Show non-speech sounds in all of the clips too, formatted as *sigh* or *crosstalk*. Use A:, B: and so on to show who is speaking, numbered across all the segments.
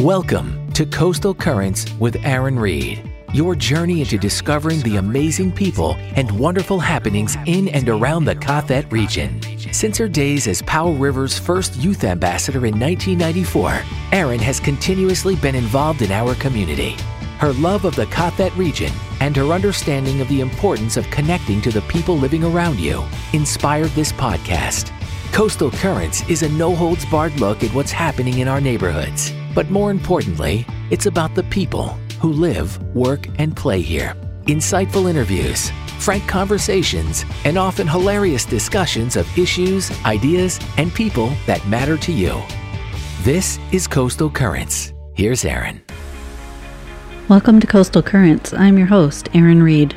A: Welcome to Coastal Currents with Aaron Reed, your journey into discovering the amazing people and wonderful happenings in and around the Kafet region. Since her days as Powell River's first youth ambassador in 1994, Aaron has continuously been involved in our community. Her love of the Kafet region and her understanding of the importance of connecting to the people living around you inspired this podcast. Coastal Currents is a no holds barred look at what's happening in our neighborhoods. But more importantly, it's about the people who live, work, and play here. Insightful interviews, frank conversations, and often hilarious discussions of issues, ideas, and people that matter to you. This is Coastal Currents. Here's Aaron.
B: Welcome to Coastal Currents. I'm your host, Aaron Reed.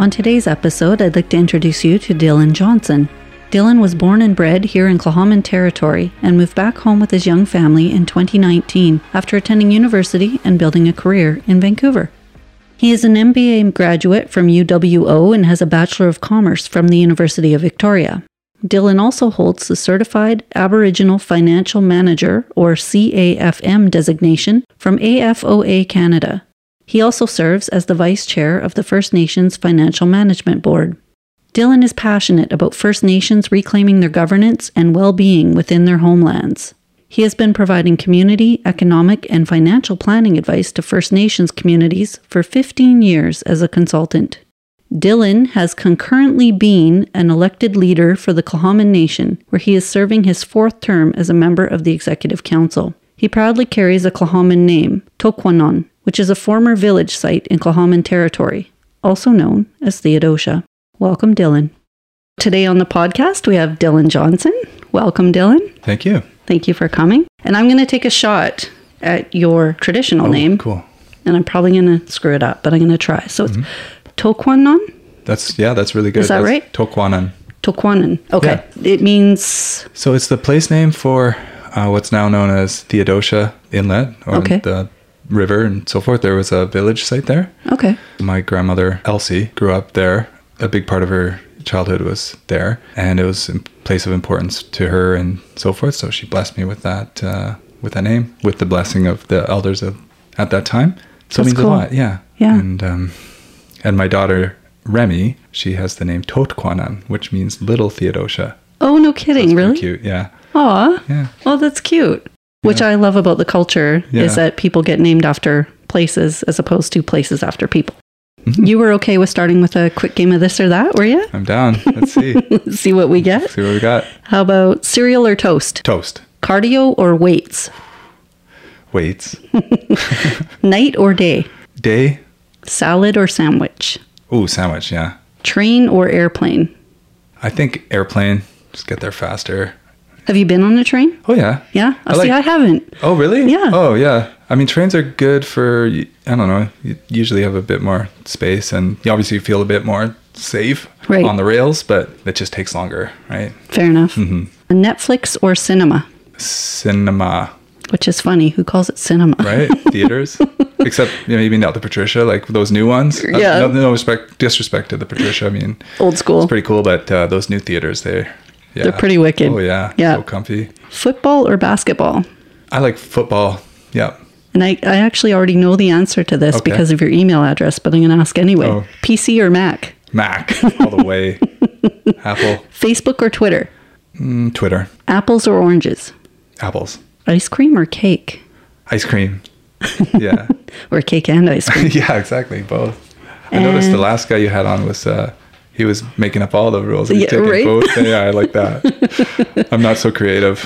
B: On today's episode, I'd like to introduce you to Dylan Johnson. Dylan was born and bred here in Klahoman Territory and moved back home with his young family in 2019 after attending university and building a career in Vancouver. He is an MBA graduate from UWO and has a Bachelor of Commerce from the University of Victoria. Dylan also holds the Certified Aboriginal Financial Manager, or CAFM, designation from AFOA Canada. He also serves as the Vice Chair of the First Nations Financial Management Board. Dylan is passionate about First Nations reclaiming their governance and well being within their homelands. He has been providing community, economic, and financial planning advice to First Nations communities for 15 years as a consultant. Dylan has concurrently been an elected leader for the Klahoman Nation, where he is serving his fourth term as a member of the Executive Council. He proudly carries a Klahoman name, Tokwanon, which is a former village site in Klahoman territory, also known as Theodosia. Welcome, Dylan. Today on the podcast, we have Dylan Johnson. Welcome, Dylan.
C: Thank you.
B: Thank you for coming. And I'm going to take a shot at your traditional name.
C: Oh, Cool.
B: And I'm probably going to screw it up, but I'm going to try. So it's Tokwanon?
C: That's yeah. That's really good.
B: Is that
C: That's
B: right?
C: Tokwanen.
B: Tokwanon. Okay. It means,
C: So it's the place name for uh, what's now known as Theodosia Inlet or
B: Okay.
C: the river and so forth. There was a village site there.
B: okay.
C: My grandmother Elsie grew up there. A big part of her childhood was there, and it was a place of importance to her and so forth. So she blessed me with that uh, with that name, with the blessing of the elders of at that time.
B: That's
C: So it means
B: cool.
C: a lot, yeah.
B: Yeah.
C: And um, and my daughter Remy, she has the name Totquanan, which means little Theodosia.
B: Oh, no
C: That's
B: kidding.
C: pretty
B: really?
C: Cute, yeah,
B: Aw.
C: yeah,
B: Well, that's cute. Which I love about the culture
C: Yeah.
B: is that people get named after places as opposed to places after people.
C: Mhm.
B: You were okay with starting with a quick game of this or that, were you?
C: I'm down. Let's see,
B: *laughs* See what we get.
C: see what we got.
B: How about cereal or toast?
C: Toast,
B: Cardio or weights?
C: weights,
B: Night or day?
C: day.
B: Salad or sandwich?
C: Ooh, sandwich, yeah.
B: Train or airplane?
C: I think airplane. Just get there faster.
B: Have you been on a train?
C: Oh yeah.
B: Yeah.
C: I
B: See,
C: like-
B: I haven't.
C: Oh really?
B: Yeah.
C: Oh yeah. I mean, trains are good for I don't know. You usually have a bit more space, and you obviously feel a bit more safe
B: Right.
C: on the rails, but it just takes longer, right?
B: Fair enough.
C: Mm-hmm.
B: Netflix or cinema?
C: Cinema,
B: Which is funny. Who calls it cinema?
C: right? Theaters, except you know, maybe not the Patricia, like those new ones. Uh,
B: Yeah.
C: No, no respect, disrespect to the Patricia. I mean,
B: *laughs* Old school.
C: it's pretty cool, but uh, those new theaters, they. Yeah.
B: They're pretty wicked.
C: Oh yeah.
B: Yeah.
C: So comfy.
B: Football or basketball?
C: I like football. Yeah.
B: And I, I actually already know the answer to this
C: Okay.
B: because of your email address, but I'm going to ask anyway.
C: Oh.
B: PC or Mac?
C: Mac all the
B: *laughs*
C: way. Apple,
B: Facebook or Twitter?
C: mm, Twitter,
B: Apples or oranges?
C: apples.
B: Ice cream or cake?
C: Ice cream. Yeah. *laughs*
B: Or cake and ice cream?
C: yeah, exactly. Both. I noticed the
B: And-
C: last guy you had on was uh he was making up all the rules. He was
B: Yeah,
C: taking
B: right? *laughs*
C: both. Yeah, I like that. I'm not so creative.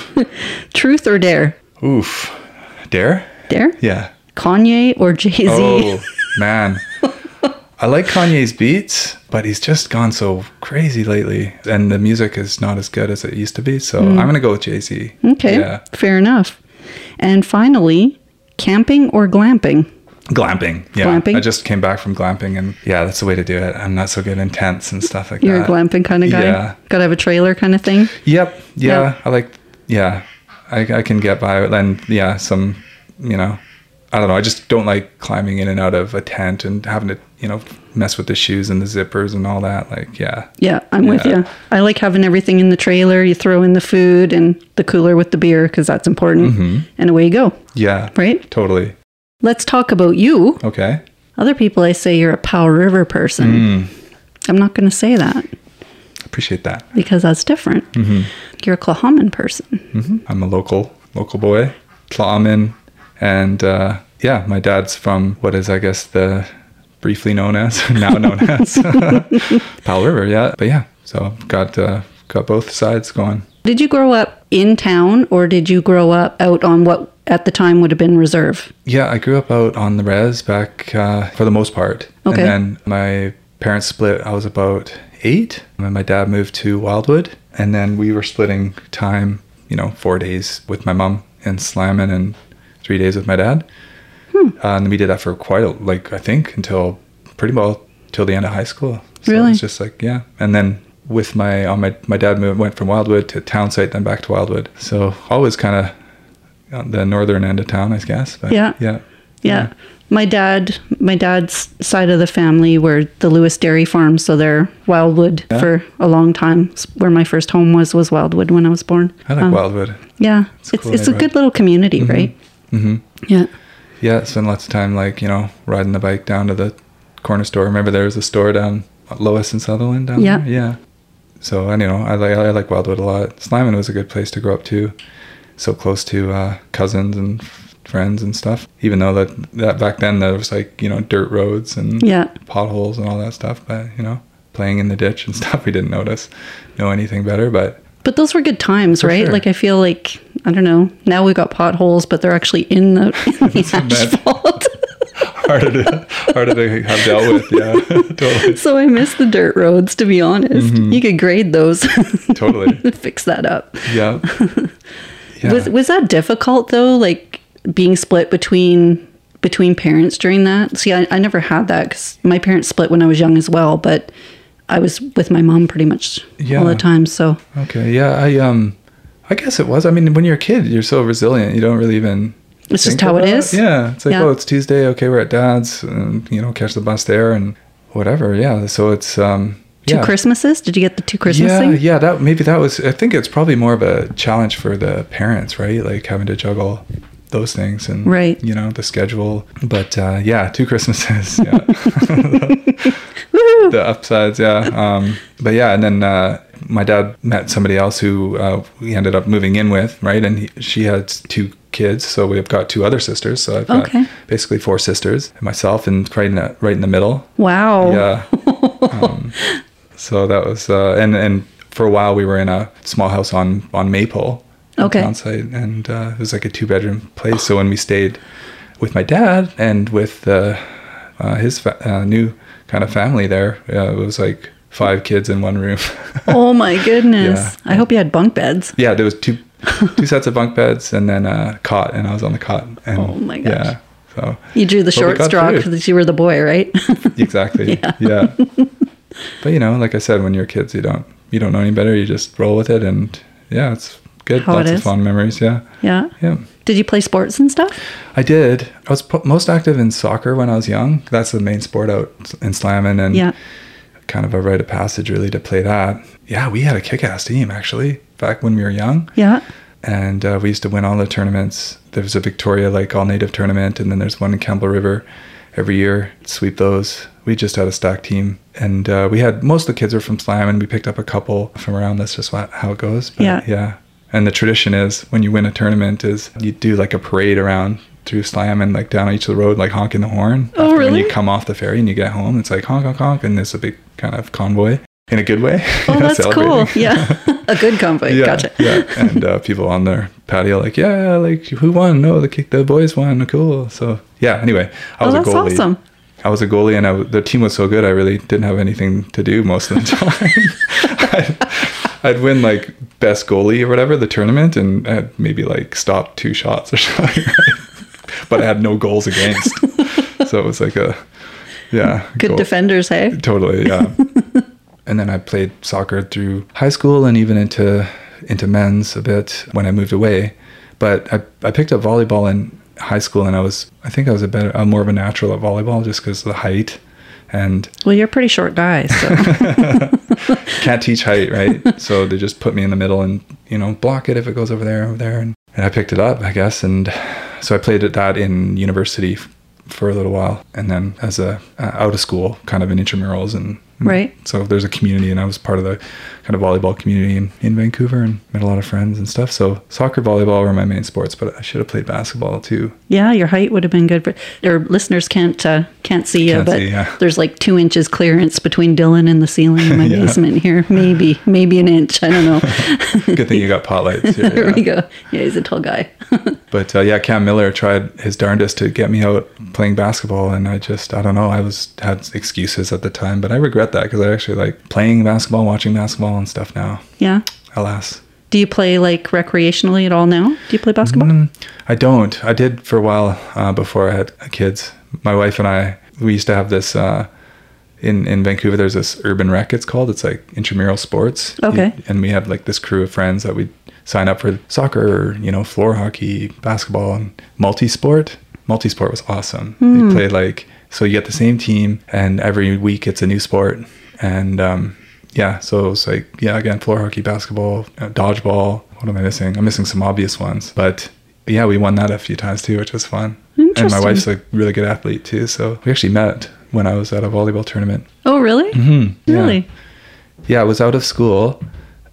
B: Truth or dare?
C: Oof. Dare?
B: Dare?
C: Yeah.
B: Kanye or Jay Z?
C: Oh man. I like Kanye's beats, but he's just gone so crazy lately. And the music is not as good as it used to be. So I'm gonna go with Jay Z.
B: *laughs* Hmm. okay.
C: Yeah.
B: Fair enough. And finally, camping or glamping?
C: glamping yeah
B: Glamping?
C: i just came back from glamping and yeah that's the way to do it i'm not so good in tents and stuff like
B: You're
C: that
B: a glamping kind of guy?
C: Uh, yeah
B: Got to have a trailer kind of thing?
C: yep yeah
B: Yeah.
C: i like yeah I, I can get by and yeah some you know I don't know. I just don't like climbing in and out of a tent and having to, you know, mess with the shoes and the zippers and all that. Like, yeah.
B: Yeah, I'm with
C: Yeah.
B: you. I like having everything in the trailer. You throw in the food and the cooler with the beer because that's important. And away you go,
C: Yeah.
B: right?
C: Totally.
B: Let's talk about you.
C: Okay.
B: Other people, I say you're a Powell River person. I'm not going to say that
C: Appreciate that.
B: because that's different. You're a Klahaman person.
C: I'm a local local boy, Clawman, and uh, yeah, my dad's from what is I guess the briefly known as *laughs* now known as Powell River. Yeah, but yeah, so I've got uh, got both sides going.
B: Did you grow up in town or did you grow up out on what at the time would have been reserve?
C: Yeah, I grew up out on the res back uh, for the most part,
B: Okay.
C: and then my parents split. I was about eight, and my dad moved to Wildwood, and then we were splitting time. You know, four days with my mom in Slammin and three days with my dad.
B: Hmm.
C: Uh, and we did that for quite a like I think until pretty well till the end of high school. So
B: Really?
C: It's just like yeah, and then with my on my my dad moved, went from Wildwood to Townsite, then back to Wildwood. So always kind of on the northern end of town, I guess. But
B: Yeah.
C: yeah,
B: Yeah. My dad, my dad's side of the family were the Lewis Dairy Farm, so they're Wildwood
C: Yeah.
B: for a long time. S- Where my first home was was Wildwood when I was born.
C: I like
B: Um,
C: Wildwood.
B: Yeah,
C: It's
B: it's
C: a
B: it's,
C: cool
B: a
C: neighborhood.
B: good little community, right? Mm-hmm. Yeah.
C: Yeah, spend lots of time like you know riding the bike down to the corner store. Remember there was a store down Lois and Sutherland down
B: Yeah.
C: there. Yeah. So I you know I like I like Wildwood a lot. Sliman was a good place to grow up too. So close to uh, cousins and f- friends and stuff. Even though that that back then there was like you know dirt roads and
B: Yeah.
C: potholes and all that stuff. But you know playing in the ditch and *laughs* stuff we didn't notice know anything better. But
B: But those were good times, right?
C: sure.
B: Like I feel like I don't know. Now we got potholes, but they're actually in the, in
C: *laughs*
B: the *laughs* asphalt.
C: harder to harder to have dealt with. Yeah, *laughs* totally,
B: so I miss the dirt roads, to be honest.
C: Mm-hmm.
B: You could grade those, *laughs*
C: totally.
B: fix that up. *laughs*
C: Yeah. Yeah.
B: Was was that difficult though? Like being split between between parents during that. See, I, I never had that because my parents split when I was young as well, but I was with my mom pretty much all
C: Yeah.
B: the time. So
C: Okay. Yeah. I um, I guess it was. I mean, when you're a kid, you're so resilient. You don't really even.
B: It's just
C: think
B: how it
C: about
B: is.
C: Yeah. It's like,
B: Yeah.
C: oh, it's Tuesday. Okay, we're at dad's, and you know, catch the bus there and whatever. Yeah. So it's um.
B: two
C: yeah.
B: Christmases? Did you get the two Christmas
C: yeah,
B: thing?
C: yeah, that maybe that was. I think it's probably more of a challenge for the parents, right? Like having to juggle those things and
B: Right.
C: you know, the schedule. But uh, yeah, two Christmases.
B: *laughs*
C: Yeah, *laughs* the upsides. Yeah, um, but yeah, and then uh, my dad met somebody else who uh, we ended up moving in with, right? And he, she had two kids, so we've got two other sisters. So I've got
B: Okay.
C: basically four sisters and myself, and right in the, right in the middle.
B: Wow.
C: Yeah. um, so that was uh, and and for a while we were in a small house on on Maple. in
B: Okay.
C: Townsite, and uh, it was like a two bedroom place. So when we stayed with my dad and with uh, uh, his fa- uh, new kind of family there, uh, it was like five kids in one room.
B: Oh my goodness. I hope you had bunk beds.
C: *laughs* yeah, there was two two sets of bunk beds and then a cot, and I was on the cot. And,
B: Oh my gosh.
C: Yeah. So
B: You drew the
C: But we
B: short
C: got
B: straw
C: through.
B: because you were the boy, right? *laughs*
C: exactly yeah, but you know like i said when you're kids you don't you don't know any better you just roll with it and yeah it's good
B: How it
C: lots
B: is.
C: of fond memories yeah
B: yeah.
C: yeah
B: Did you play sports and stuff?
C: i did i was po- most active in soccer when i was young that's the main sport out in slamming and
B: Yeah.
C: kind of a rite of passage really to play that yeah we had a kick-ass team actually back when we were young *laughs*
B: Yeah.
C: and uh, we used to win all the tournaments. There was a Victoria like all native tournament, and then there's one in Campbell River every year. Sweep those. We just had a stack team, and uh, we had most of the kids were from Slam, and we picked up a couple from around. That's just wha- how it goes. But,
B: Yeah.
C: yeah. And the tradition is when you win a tournament is you do like a parade around through Slam and like down each of the road, like honking the horn.
B: Oh,
C: After When
B: really?
C: you come off the ferry and you get home, it's like honk honk honk, and there's a big kind of convoy in a good way. you *laughs*
B: Oh,
C: know,
B: that's cool.
C: celebrating
B: Yeah. a good convoy.
C: *laughs* yeah,
B: gotcha.
C: yeah. And uh, people on their patio like, yeah, like who won? No, the kick- the boys won. Cool. So yeah. Anyway, I
B: Oh,
C: was
B: that's
C: a goalie.
B: awesome.
C: I was a goalie, and I w the team was so good. I really didn't have anything to do most of the *laughs* time. I'd, I'd win like best goalie or whatever the tournament, and I'd maybe like stop two shots or *laughs* something. but I had no goals
B: *laughs*
C: against, so it was like a yeah
B: Good
C: goal-
B: defenders, hey?
C: Totally, yeah. and then I played soccer through high school and even into into men's a bit when I moved away. But I, I picked up volleyball in high school, and I was I think I was a better, a more of a natural at volleyball just because of the height, and
B: Well, you're a pretty short guy,
C: *laughs*
B: so
C: can't teach height, right? so they just put me in the middle and you know block it if it goes over there, over there, and, and I picked it up, I guess, and so I played at that in university f- for a little while, and then as a uh, out of school kind of in intramurals and
B: Right.
C: So there's a community, and I was part of the kind of volleyball community in, in Vancouver, and met a lot of friends and stuff. So soccer, volleyball were my main sports, but I should have played basketball too.
B: yeah, your height would have been good. But your listeners can't uh, can't see you,
C: Can't
B: but
C: see, yeah.
B: there's like two inches clearance between Dylan and the ceiling in my
C: *laughs* Yeah.
B: basement here. Maybe maybe an inch. I don't know. *laughs*
C: *laughs* Good thing you got pot lights here.
B: there
C: yeah.
B: we go. Yeah, he's a tall guy. *laughs*
C: But uh, yeah, Cam Miller tried his darndest to get me out playing basketball, and I just I don't know I was had excuses at the time, but I regret that because I actually like playing basketball, watching basketball and stuff now.
B: yeah.
C: Alas,
B: Do you play like recreationally at all now? Do you play basketball?
C: Mm-hmm. I don't. I did for a while uh, before I had kids. My wife and I we used to have this uh, in in Vancouver. There's this urban rec. It's called. It's like intramural sports.
B: Okay.
C: and we had like this crew of friends that we'd sign up for soccer, you know, floor hockey, basketball, and multi-sport. Multi-sport was awesome. They played like so you get the same team, and every week it's a new sport, and um, yeah, so it was like yeah, again, floor hockey, basketball, uh, dodgeball. What am I missing? I'm missing some obvious ones, but yeah, we won that a few times too, which was fun. And my
B: Interesting.
C: wife's a really good athlete too, so we actually met when I was at a volleyball tournament.
B: Oh, really?
C: Mm-hmm.
B: Really?
C: yeah, I was out of school,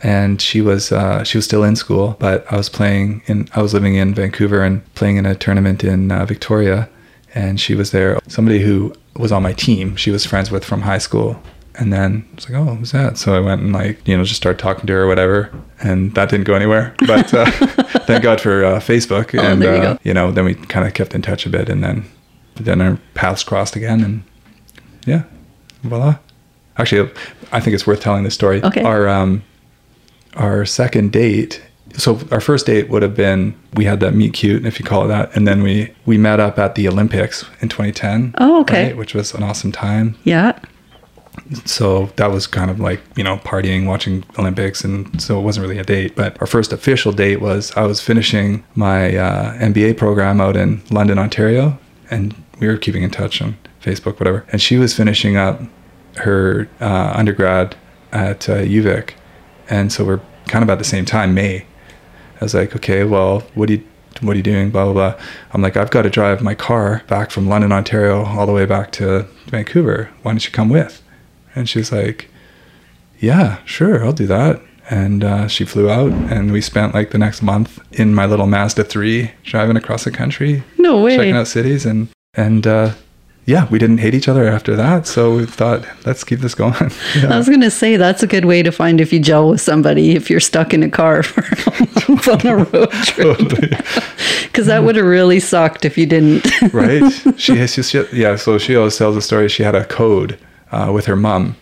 C: and she was uh, she was still in school, but I was playing in I was living in Vancouver and playing in a tournament in uh, Victoria, and she was there. Somebody who was on my team, she was friends with from high school, and then I was like, oh, who's that? So I went and like you know just started talking to her or whatever, and that didn't go anywhere. *laughs* But uh, thank God for uh, Facebook,
B: Oh,
C: and
B: there you
C: uh,
B: go.
C: you know then we kind of kept in touch a bit, and then then our paths crossed again, and yeah, voila. Actually, I think it's worth telling this story.
B: Okay.
C: Our um, our second date. So our first date would have been we had that meet cute, if you call it that, and then we we met up at the Olympics in 2010.
B: Oh, okay.
C: right, which was an awesome time.
B: Yeah.
C: So that was kind of like you know partying, watching Olympics, and so it wasn't really a date. But our first official date was I was finishing my uh, MBA program out in London, Ontario, and we were keeping in touch on Facebook, whatever. And she was finishing up her uh, undergrad at uh, UVic, and so we're kind of at the same time, May. I was like, okay, well, what do you what are you doing? Blah blah blah. I'm like, I've got to drive my car back from London, Ontario, all the way back to Vancouver. Why don't you come with? And she's like, Yeah, sure, I'll do that. And uh, she flew out, and we spent like the next month in my little Mazda three, driving across the country,
B: No way.
C: checking out cities, and and uh, yeah, we didn't hate each other after that. So we thought, let's keep this going. *laughs* Yeah.
B: I was going to say that's a good way to find if you gel with somebody if you're stuck in a car *laughs* for a month on a road
C: *laughs*
B: trip.
C: Totally.
B: Because that would have really sucked if you didn't. *laughs*
C: right? She has just yeah. So she always tells the story. She had a code uh, with her
B: *laughs*
C: mom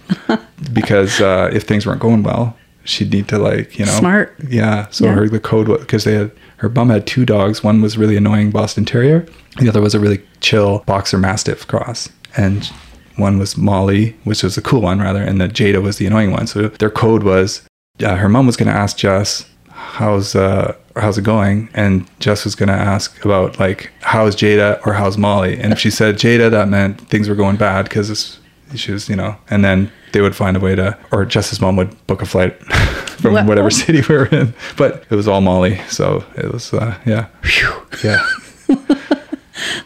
C: because uh, if things weren't going well, she'd need to like you know
B: Smart.
C: Yeah. So
B: Yeah.
C: her the code because they had her mom had two dogs. One was really annoying Boston Terrier. The other was a really chill Boxer Mastiff cross. And one was Molly, which was the cool one rather, and the Jada was the annoying one. So their code was uh, her mom was going to ask Jess, "How's uh, how's it going?" And Jess was going to ask about like, "How's Jada?" or "How's Molly?" And if she said Jada, that meant things were going bad because she was, you know. And then they would find a way to, or Jess's mom would book a flight *laughs* from
B: Wow. *laughs*
C: whatever city we were in. But it was all Molly, so it was, uh, yeah,
B: *laughs*
C: yeah,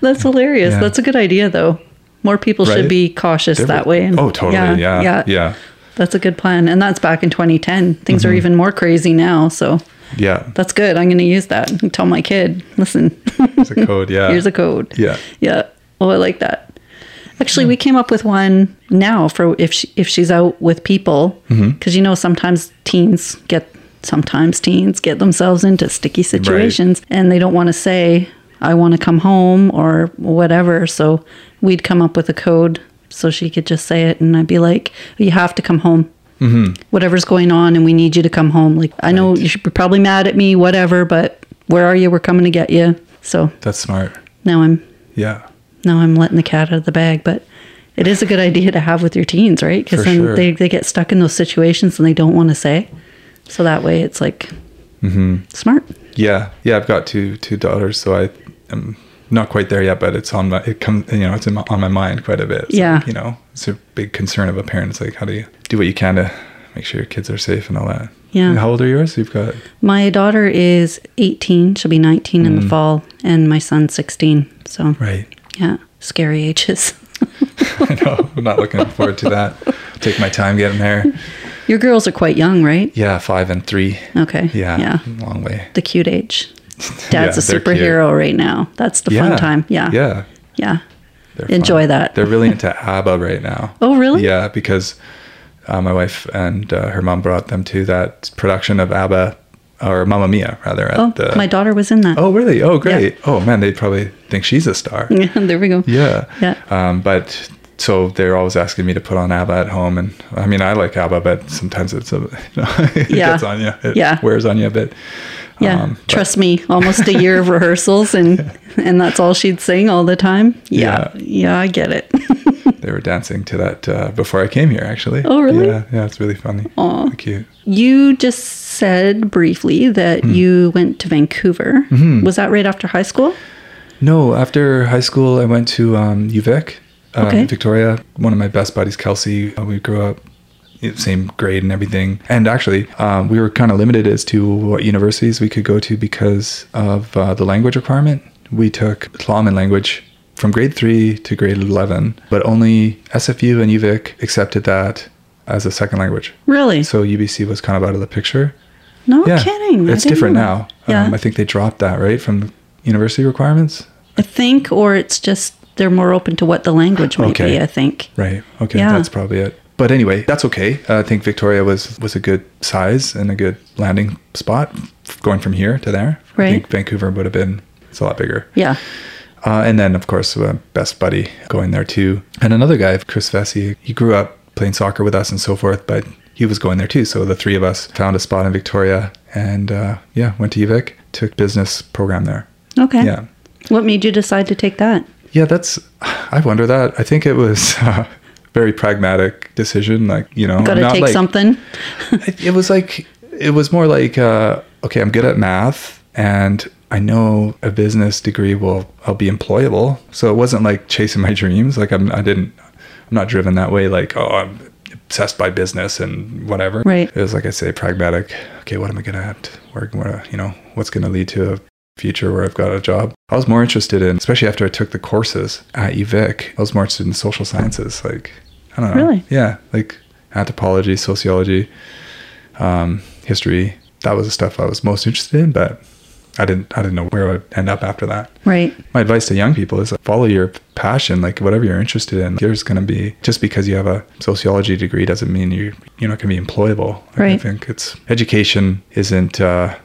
B: That's hilarious.
C: Yeah.
B: That's a good idea, though. More people should
C: Right?
B: be cautious
C: There
B: that
C: were-
B: way. and-
C: oh, totally, yeah, yeah,
B: yeah.
C: yeah. Mm-hmm.
B: That's a good plan. And that's back in 2010. Things are even more crazy now. So that's good. I'm going to use that and tell my kid listen, *laughs*
C: It's a code, yeah,
B: here's a code.
C: yeah.
B: Yeah. Oh, I like that. Actually, we came up with one now for if she, if she's out with people, because
C: Mm-hmm.
B: you know sometimes teens get sometimes teens get themselves into sticky situations and they don't want to say I want to come home or whatever. So we'd come up with a code so she could just say it, and I'd be like, "You have to come home."
C: Mm-hmm.
B: whatever's going on and we need you to come home. Like, I know you should be probably mad at me, whatever, but where are you? We're coming to get you. So
C: That's smart,
B: now I'm
C: yeah.
B: now I'm letting the cat out of the bag, but it is a good idea to have with your teens, right? Because
C: For
B: then
C: sure.
B: they, they get stuck in those situations and they don't want to say. So that way it's like smart.
C: Mm-hmm. Yeah, yeah, I've got two two daughters, so I am not quite there yet, but it's on my it comes you know it's in my, on my mind quite a bit. It's
B: Yeah.
C: like, you know, it's a big concern of a parent. It's like how do you do what you can to make sure your kids are safe and all that.
B: Yeah.
C: And how old are yours? You've got
B: My daughter is 18, she'll be 19 in the fall, and my son's 16. So,
C: Mm. right. *laughs*
B: yeah, scary ages. *laughs*
C: I know. I'm not looking forward to that. Take my time getting there.
B: Your girls are quite young, right?
C: Yeah, five and three.
B: Okay.
C: Yeah,
B: Yeah.
C: long way.
B: The cute
C: *laughs*
B: age.
C: Yeah,
B: Dad's a
C: they're cute.
B: superhero right now. That's the
C: Yeah.
B: fun time. Yeah.
C: Yeah.
B: Yeah.
C: They're
B: Enjoy
C: fun.
B: that.
C: They're really into ABBA
B: *laughs*
C: right now.
B: Oh, really?
C: Yeah, because uh, my wife and uh, her mom brought them to that production of ABBA or Mamma Mia, rather. At
B: Oh,
C: the,
B: my daughter was in that.
C: oh, really? Oh, great. Oh, man, they probably think she's a star.
B: Yeah, *laughs* there we go.
C: Yeah.
B: Mm. Yeah.
C: Um, but so they're always asking me to put on ABBA at home, and I mean I like ABBA, but sometimes it's a *laughs* you know, it
B: Yeah.
C: gets on you, it
B: Yeah.
C: wears on you a bit.
B: Yeah.
C: Um, but-
B: Trust me, almost a year of rehearsals
C: *laughs*
B: and and that's all she'd sing all the time. Yeah. Yeah, I get it. *laughs*
C: They were dancing to that uh, before I came here, actually.
B: Oh, really?
C: Yeah, yeah, it's really funny. Oh, cute.
B: you just said briefly that
C: Hmm.
B: you went to Vancouver.
C: Mm-hmm.
B: Was that right after high school?
C: No, after high school, I went to um, UVic, um,
B: Okay.
C: Victoria. One of my best buddies, Kelsey, uh, we grew up i- same grade and everything. And actually, um, we were kind of limited as to what universities we could go to because of uh, the language requirement. We took Tlaman language from grade three to grade 11, but only SFU and UVic accepted that as a second language.
B: Really?
C: So UBC was kind of out of the picture.
B: no
C: yeah,
B: kidding. I
C: it's
B: didn't
C: different
B: know
C: now.
B: that. Yeah.
C: Um, I think they dropped that right from the university requirements.
B: I think, or it's just they're more open to what the language might
C: Okay.
B: be. I think.
C: Right. Okay.
B: Yeah.
C: That's probably it. But anyway, that's okay. Uh, I think Victoria was was a good size and a good landing spot f- going from here to there. I
B: Right.
C: think Vancouver would have been it's a lot bigger.
B: Yeah.
C: Uh, and then of course uh, best buddy going there too, and another guy, Chris Vesey. He grew up playing soccer with us and so forth, but he was going there too. So the three of us found a spot in Victoria, and uh, yeah, went to UVic, took business program there.
B: Okay.
C: Yeah.
B: What made you decide to take that?
C: Yeah, that's. I wonder that. I think it was *laughs* a very pragmatic decision. Like you know,
B: Got to
C: not
B: take
C: like,
B: something.
C: It, it was like it was more like uh, okay, I'm good at math, and I know a business degree will I'll be employable. So it wasn't like chasing my dreams. Like I'm I didn't I'm not driven that way. Like oh I'm obsessed by business and whatever.
B: Right.
C: It was like I say pragmatic. Okay, what am I gonna have to work? What you know what's gonna lead to a future where I've got a job. I was more interested in, especially after I took the courses at UVic, I was more interested in social sciences. Like, I don't know.
B: Really?
C: Yeah. Like anthropology, sociology, um, history. That was the stuff I was most interested in, but I didn't, I didn't know where I would end up after that.
B: Right.
C: My advice to young people is follow your passion, like whatever you're interested in. There's going to be just because you have a sociology degree doesn't mean you you're not going to be employable. Like, I
B: Right.
C: think it's education isn't uh,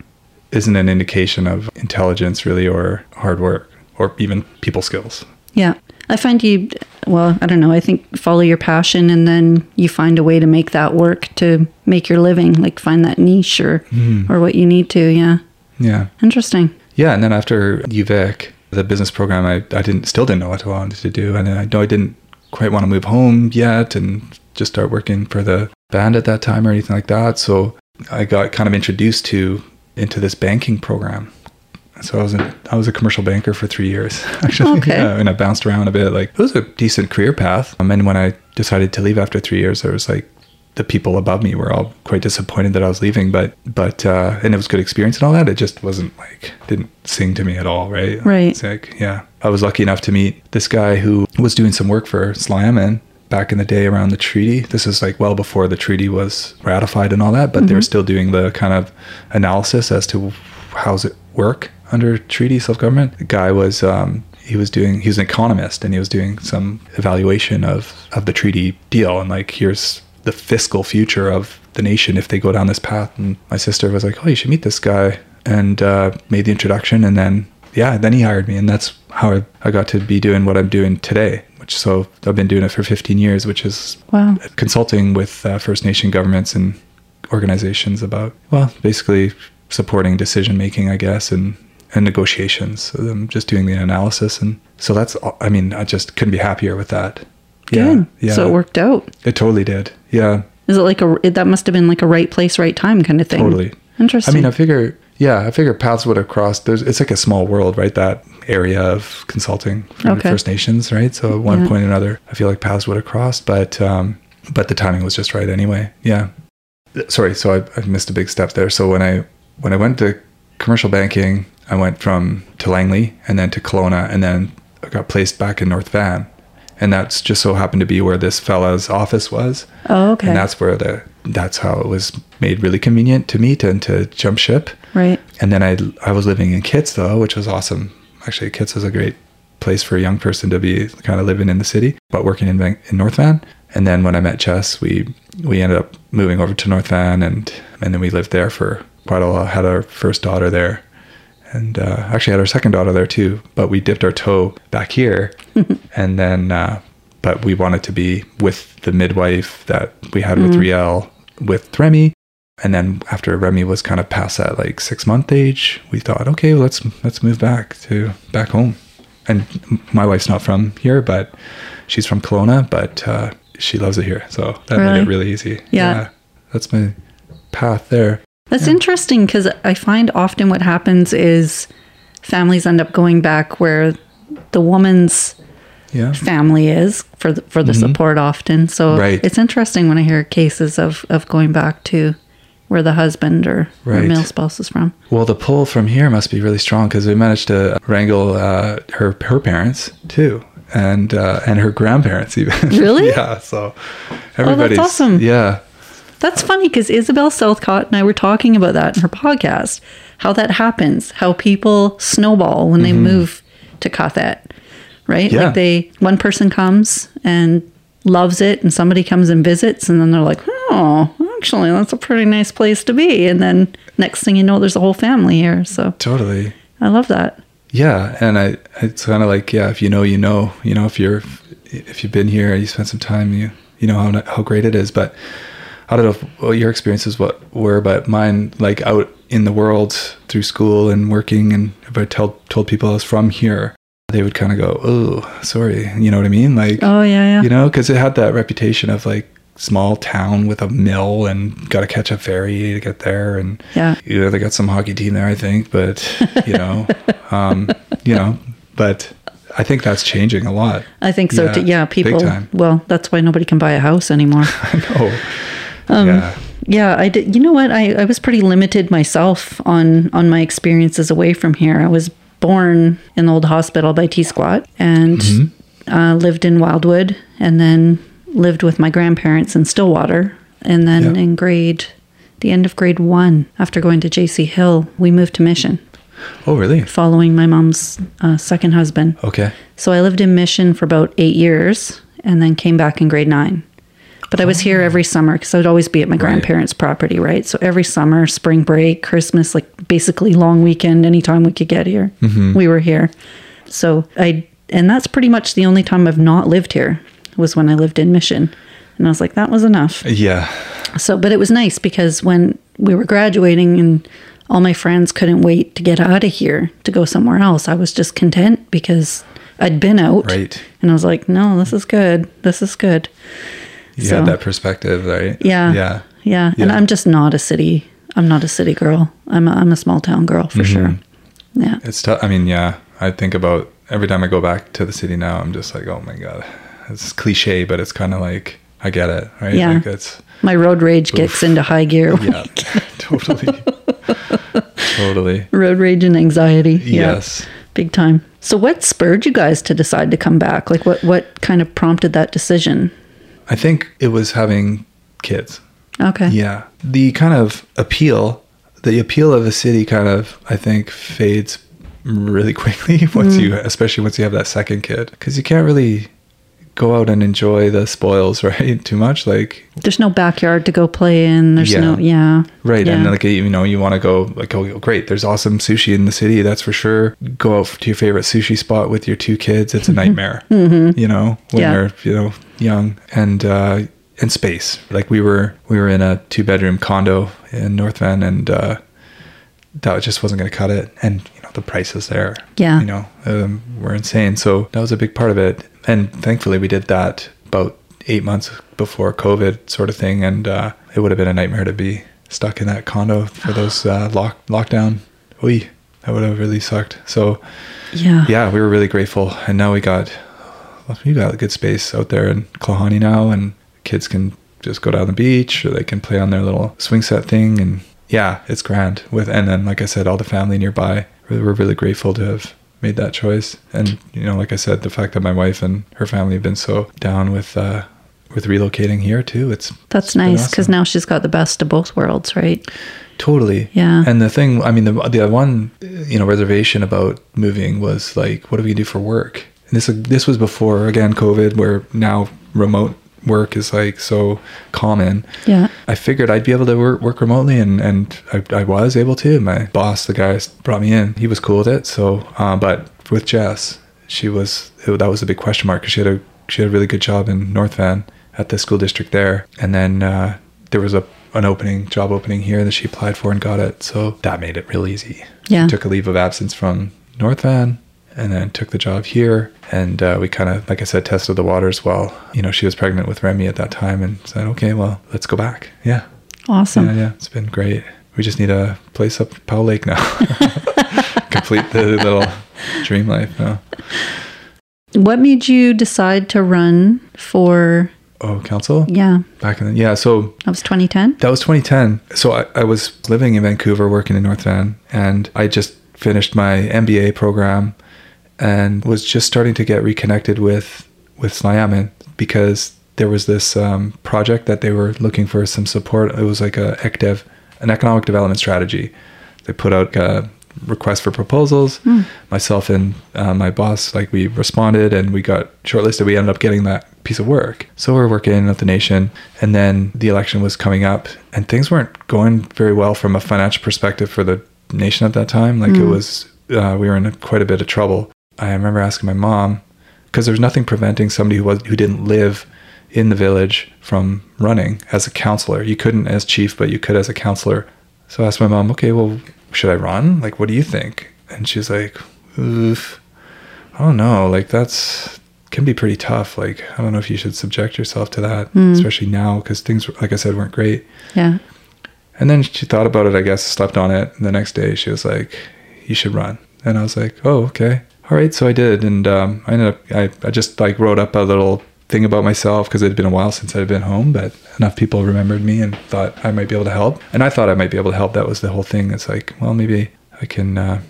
C: isn't an indication of intelligence really or hard work or even people skills.
B: Yeah. I find you. Well, I don't know. I think follow your passion, and then you find a way to make that work to make your living. Like find that niche or
C: Hmm.
B: or what you need to. Yeah.
C: Yeah,
B: Interesting.
C: yeah. And then after UVic, the business program, I, I didn't still didn't know what I wanted to do, and I know I didn't quite want to move home yet and just start working for the band at that time or anything like that. So I got kind of introduced to into this banking program. So I was a, I was a commercial banker for three years *laughs* actually,
B: Okay.
C: Yeah, uh, and I bounced around a bit. Like it was a decent career path. Um, and when I decided to leave after three years, there was like the people above me were all quite disappointed that I was leaving. But but uh, and it was a good experience and all that. It just wasn't like didn't sing to me at all. Right.
B: Right.
C: It's like, yeah. I was lucky enough to meet this guy who was doing some work for Sliaman back in the day around the treaty. This is like well before the treaty was ratified and all that, but they were still doing the kind of analysis as to how's it work under treaty self-government. The guy was um, he was doing he was an economist and he was doing some evaluation of of the treaty deal and like here's the fiscal future of the nation if they go down this path. And my sister was like, "Oh, you should meet this guy," and uh, made the introduction. And then, yeah, then he hired me, and that's how I, I got to be doing what I'm doing today. Which so I've been doing it for 15 years, which is
B: Wow.
C: consulting with uh, First Nation governments and organizations about well, basically supporting decision making, I guess, and and negotiations. So I'm just doing the analysis, and so that's. all- I mean, I just couldn't be happier with that.
B: Good. So it worked out.
C: It totally did. Yeah.
B: Is it like a it, that must have been like a right place, right time kind of thing?
C: Totally.
B: Interesting.
C: I mean, I figure, yeah, I figure paths would have crossed. There's, it's like a small world, right? That area of consulting for the
B: Okay.
C: First Nations, right? So at one
B: Yeah.
C: point or another, I feel like paths would have crossed, but um, but the timing was just right anyway. Yeah. Sorry, so I, I missed a big step there. So when I when I went to commercial banking, I went from to Langley and then to Kelowna, and then I got placed back in North Van, and that's just so happened to be where this fella's office was.
B: Oh, okay.
C: And that's where the that's how it was made really convenient to meet and to jump ship.
B: right.
C: And then I I was living in Kitts though, which was awesome. Actually, Kitts is a great place for a young person to be kind of living in the city, but working in Van- in North Van. And then when I met Chess, we we ended up moving over to North Van, and and then we lived there for quite a while. Had our first daughter there, and uh, actually had our second daughter there too. But we dipped our toe
B: *laughs*
C: back here, and then uh, but we wanted to be with the midwife that we had
B: Mm-hmm.
C: with Riel with Remy, and then after Remy was kind of past that like six month age, we thought, okay, well, let's let's move back to back home. And m- my wife's not from here, but she's from Kelowna, but uh, she loves it here, so that made
B: Really?
C: it really easy.
B: Yeah.
C: that's my path there.
B: That's interesting because I find often what happens is families end up going back where the woman's
C: Yeah,
B: family is for the, for the support often. So
C: Mm-hmm. Right.
B: it's interesting when I hear cases of, of going back to where the husband or, or
C: Right.
B: male spouse is from.
C: Well, the pull from here must be really strong because we managed to wrangle uh, her her parents too, and uh, and her grandparents even. *laughs*
B: Really? Oh,
C: yeah. So everybody's
B: awesome.
C: Yeah.
B: That's funny because Isabel Southcott and I were talking about that in her podcast, how that happens, how people snowball when they move to Cathet, right?
C: Mm-hmm. Yeah.
B: Like they, one person comes and loves it, and somebody comes and visits, and then they're like, oh, actually, that's a pretty nice place to be. And then next thing you know, there's a whole family here. So
C: Totally.
B: I love that.
C: Yeah, and I it's kind of like yeah, if you know, you know, you know, if you're if you've been here and you spent some time, you you know how how great it is. But I don't know if, what your experiences what were, but mine like out in the world through school and working, and if I told told people I was from here, they would kind of go, oh, sorry, you know what I mean? Like
B: Oh, yeah, yeah.
C: you know, because it had that reputation of like small town with a mill and got to catch a ferry to get there and
B: Yeah.
C: you know, they got some hockey team there, I think, but
B: *laughs*
C: you know, um, you know, but I think that's changing a lot.
B: I think so.
C: Yeah,
B: too. yeah
C: big
B: people,
C: time.
B: well, that's why nobody can buy a house
C: *laughs*
B: anymore.
C: I know. Oh,
B: Um,
C: yeah.
B: Yeah, I did. You know what? I, I was pretty limited myself on on my experiences away from here. I was born in the old hospital by T Squat and
C: Mm-hmm.
B: uh, lived in Wildwood, and then lived with my grandparents in Stillwater, and then
C: Yeah.
B: in grade the end of grade one after going to JC Hill, we moved to Mission,
C: Oh, really?
B: following my mom's uh, second husband.
C: Okay.
B: So I lived in Mission for about eight years and then came back in grade nine. But I was here every summer because I would always be at my grandparents' property, right? So every summer, spring break, Christmas, like basically long weekend, anytime we could get here, we were here. So I, and that's pretty much the only time I've not lived here was when I lived in Mission. And I was like, that was enough.
C: Yeah.
B: So, but it was nice because when we were graduating and all my friends couldn't wait to get out of here to go somewhere else, I was just content because I'd been out.
C: Right.
B: And I was like, no, this is good. This is good.
C: You
B: So-
C: had that perspective, right?
B: Yeah.
C: Yeah.
B: Yeah. And
C: Yeah.
B: I'm just not a city. I'm not a city girl. I'm a, I'm a small town girl for
C: Mm-hmm.
B: sure. Yeah.
C: It's tough. I mean, yeah, I think about every time I go back to the city now, I'm just like, oh my God, it's cliche, but it's kind of like, I get it, right?
B: Yeah.
C: Like it's, *laughs*
B: My road rage kicks into high gear.
C: yeah,
B: *laughs*
C: totally. totally.
B: road rage and anxiety. Yeah.
C: Yes.
B: Big time. So what spurred you guys to decide to come back? Like what, what kind of prompted that decision?
C: I think it was having kids.
B: Okay.
C: Yeah. The kind of appeal, the appeal of a city kind of, I think, fades really quickly *laughs* once you,
B: Mm.
C: especially once you have that second kid, because you can't really go out and enjoy the spoils, *laughs* right? Too much. Like,
B: There's no backyard to go play in. There's
C: Yeah.
B: no yeah.
C: Right.
B: Yeah.
C: And like, you know, you want to go, like, oh, great, there's awesome sushi in the city. That's for sure. Go out to your favorite sushi spot with your two kids.
B: *laughs*
C: It's a nightmare, you know, when
B: Mm-hmm. Yeah.
C: they're, you know, young and, uh, and space. Like we were, we were in a two bedroom condo in North Van and, uh, that just wasn't going to cut it. And, you know, the prices there,
B: Yeah.
C: you know, um, were insane. So that was a big part of it. And thankfully we did that about eight months before COVID sort of thing. And, uh, it would have been a nightmare to be stuck in that condo for those, uh, lock lockdown. Oy, that would have really sucked. So
B: Yeah.
C: yeah, we were really grateful. And now we got we got a good space out there in Kalahani now, and kids can just go down the beach or they can play on their little swing set thing. And yeah, it's grand. With and then like I said, all the family nearby. We're, we're really grateful to have made that choice. And you know, like I said, the fact that my wife and her family have been so down with uh, with relocating here too. It's
B: That's
C: it's been
B: nice because
C: awesome.
B: now she's got the best of both worlds, right?
C: Totally.
B: Yeah.
C: And the thing, I mean, the the one, uh, you know, reservation about moving was like, what do we do for work? And this this was before again COVID, where now remote work is like so common.
B: Yeah.
C: I figured I'd be able to work, work remotely, and and I, I was able to. My boss, the guy who brought me in, he was cool with it. So, uh, but with Jess, she was it, that was a big question mark because she had a she had a really good job in North Van at the school district there, and then uh, there was a an opening job opening here that she applied for and got it. So that made it real easy.
B: Yeah.
C: Took a leave of absence from North Van and then took the job here. And uh, we kind of, like I said, tested the waters while, you know, she was pregnant with Remy at that time and said, okay, well, let's go back. Yeah.
B: Awesome.
C: Yeah, yeah. It's been great. We just need a place up Powell Lake now. *laughs* Complete the little dream life now.
B: What made you decide to run for?
C: Oh, council?
B: Yeah,
C: Back in the, yeah. So
B: that was 2010.
C: That was 2010. So I, I was living in Vancouver, working in North Van, and I just finished my MBA program and was just starting to get reconnected with with Snyamin because there was this um, project that they were looking for some support. It was like a ECDev, an economic development strategy. They put out uh, a request for proposals. Myself and uh, my boss, like we responded and we got shortlisted. We ended up getting that piece of work. So we were working at the nation, and then the election was coming up, and things weren't going very well from a financial perspective for the nation at that time. Like it was, uh, we were in quite a bit of trouble. I remember asking my mom because there's nothing preventing somebody who was who didn't live in the village from running as a counselor. You couldn't as chief, but you could as a counselor. So I asked my mom, okay, well, should I run? Like, what do you think? And she's like, Oof, I don't know. Like, that's can be pretty tough. Like, I don't know if you should subject yourself to that, especially now because things, like I said, weren't great.
B: Yeah.
C: And then she thought about it, I guess, slept on it. And the next day she was like, you should run. And I was like, oh, okay. All right. So I did. And um, I ended up, I, I just like wrote up a little thing about myself because it had been a while since I'd been home, but enough people remembered me and thought I might be able to help. And I thought I might be able to help. That was the whole thing. It's like, well, maybe I can, uh,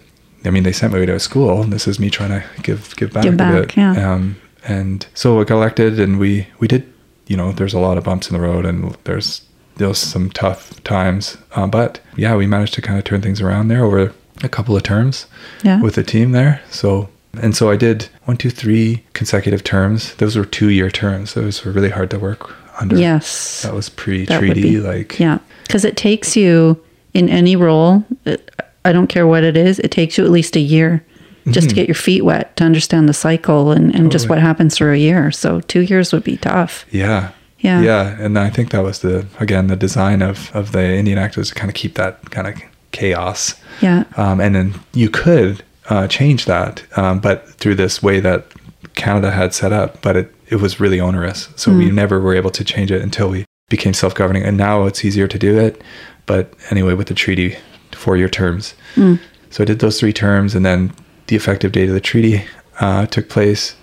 C: I mean, they sent me to a school. And this is me trying to give, give back
B: Give
C: a
B: back,
C: bit.
B: yeah.
C: Um, and so I got elected, and we we did. You know, there's a lot of bumps in the road, and there's there's some tough times. Uh, but yeah, we managed to kind of turn things around there over a couple of terms
B: Yeah.
C: *laughs* with the team there. So and so I did one, two, three consecutive terms. Those were two year terms. Those were really hard to work under.
B: yes.
C: that was pre
B: That would
C: treaty.
B: be-
C: Like
B: Yeah. Because it takes you in any role, it, I don't care what it is, it takes you at least a year just
C: Mm-hmm.
B: to get your feet wet to understand the cycle and, and just what happens through a year. So two years would be tough.
C: Yeah.
B: Yeah.
C: Yeah. And I think that was the again the design of of the Indian Act was to kind of keep that kind of chaos.
B: Yeah.
C: Um, and then you could uh, change that, um, but through this way that Canada had set up, but it it was really onerous. So we never were able to change it until we became self governing. And now it's easier to do it. But anyway, with the treaty, four year terms. So I did those three terms, and then the effective date of the treaty uh, took place.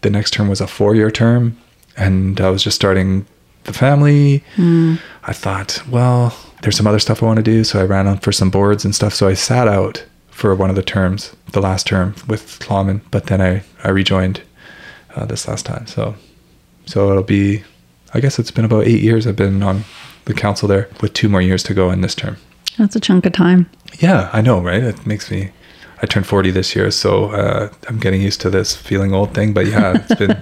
C: The next term was a four year term, and I was just starting the family. I thought, well, there's some other stuff I want to do, so I ran on for some boards and stuff. So I sat out for one of the terms, the last term with Lawman, but then I, I rejoined uh, this last time. So so it'll be, I guess it's been about eight years I've been on the council there with two more years to go in this term.
B: That's a chunk of time.
C: Yeah, I know, right? It makes me. I turned 40 this year, so uh, I'm getting used to this feeling old thing. But yeah, it's been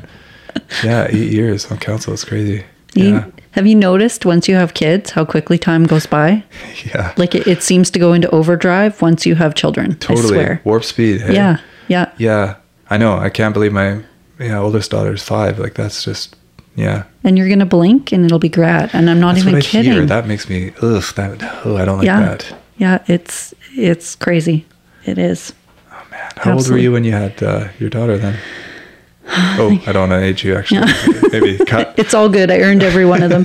C: *laughs* yeah eight years on council. It's crazy.
B: You-
C: Yeah,
B: have you noticed once you have kids how quickly time goes by?
C: yeah,
B: Like it, it seems to go into overdrive once you have children. I
C: totally
B: swear.
C: warp speed. hey?
B: Yeah. Yeah.
C: yeah, I know. I can't believe my yeah oldest daughter's five. Like that's just yeah.
B: And you're going to blink and it'll be grat. And I'm not
C: That's
B: even
C: what I
B: kidding.
C: hear. That makes me ugh. That oh, I don't like
B: yeah.
C: that.
B: Yeah. It's, it's crazy. It is.
C: Oh man, how old were
B: Absolutely.
C: you when you had uh, your daughter
B: *sighs*
C: then? Oh, I don't want to age you actually. *laughs* Maybe
B: *laughs*
C: cut.
B: It's all good. I earned every one of them.
C: *laughs*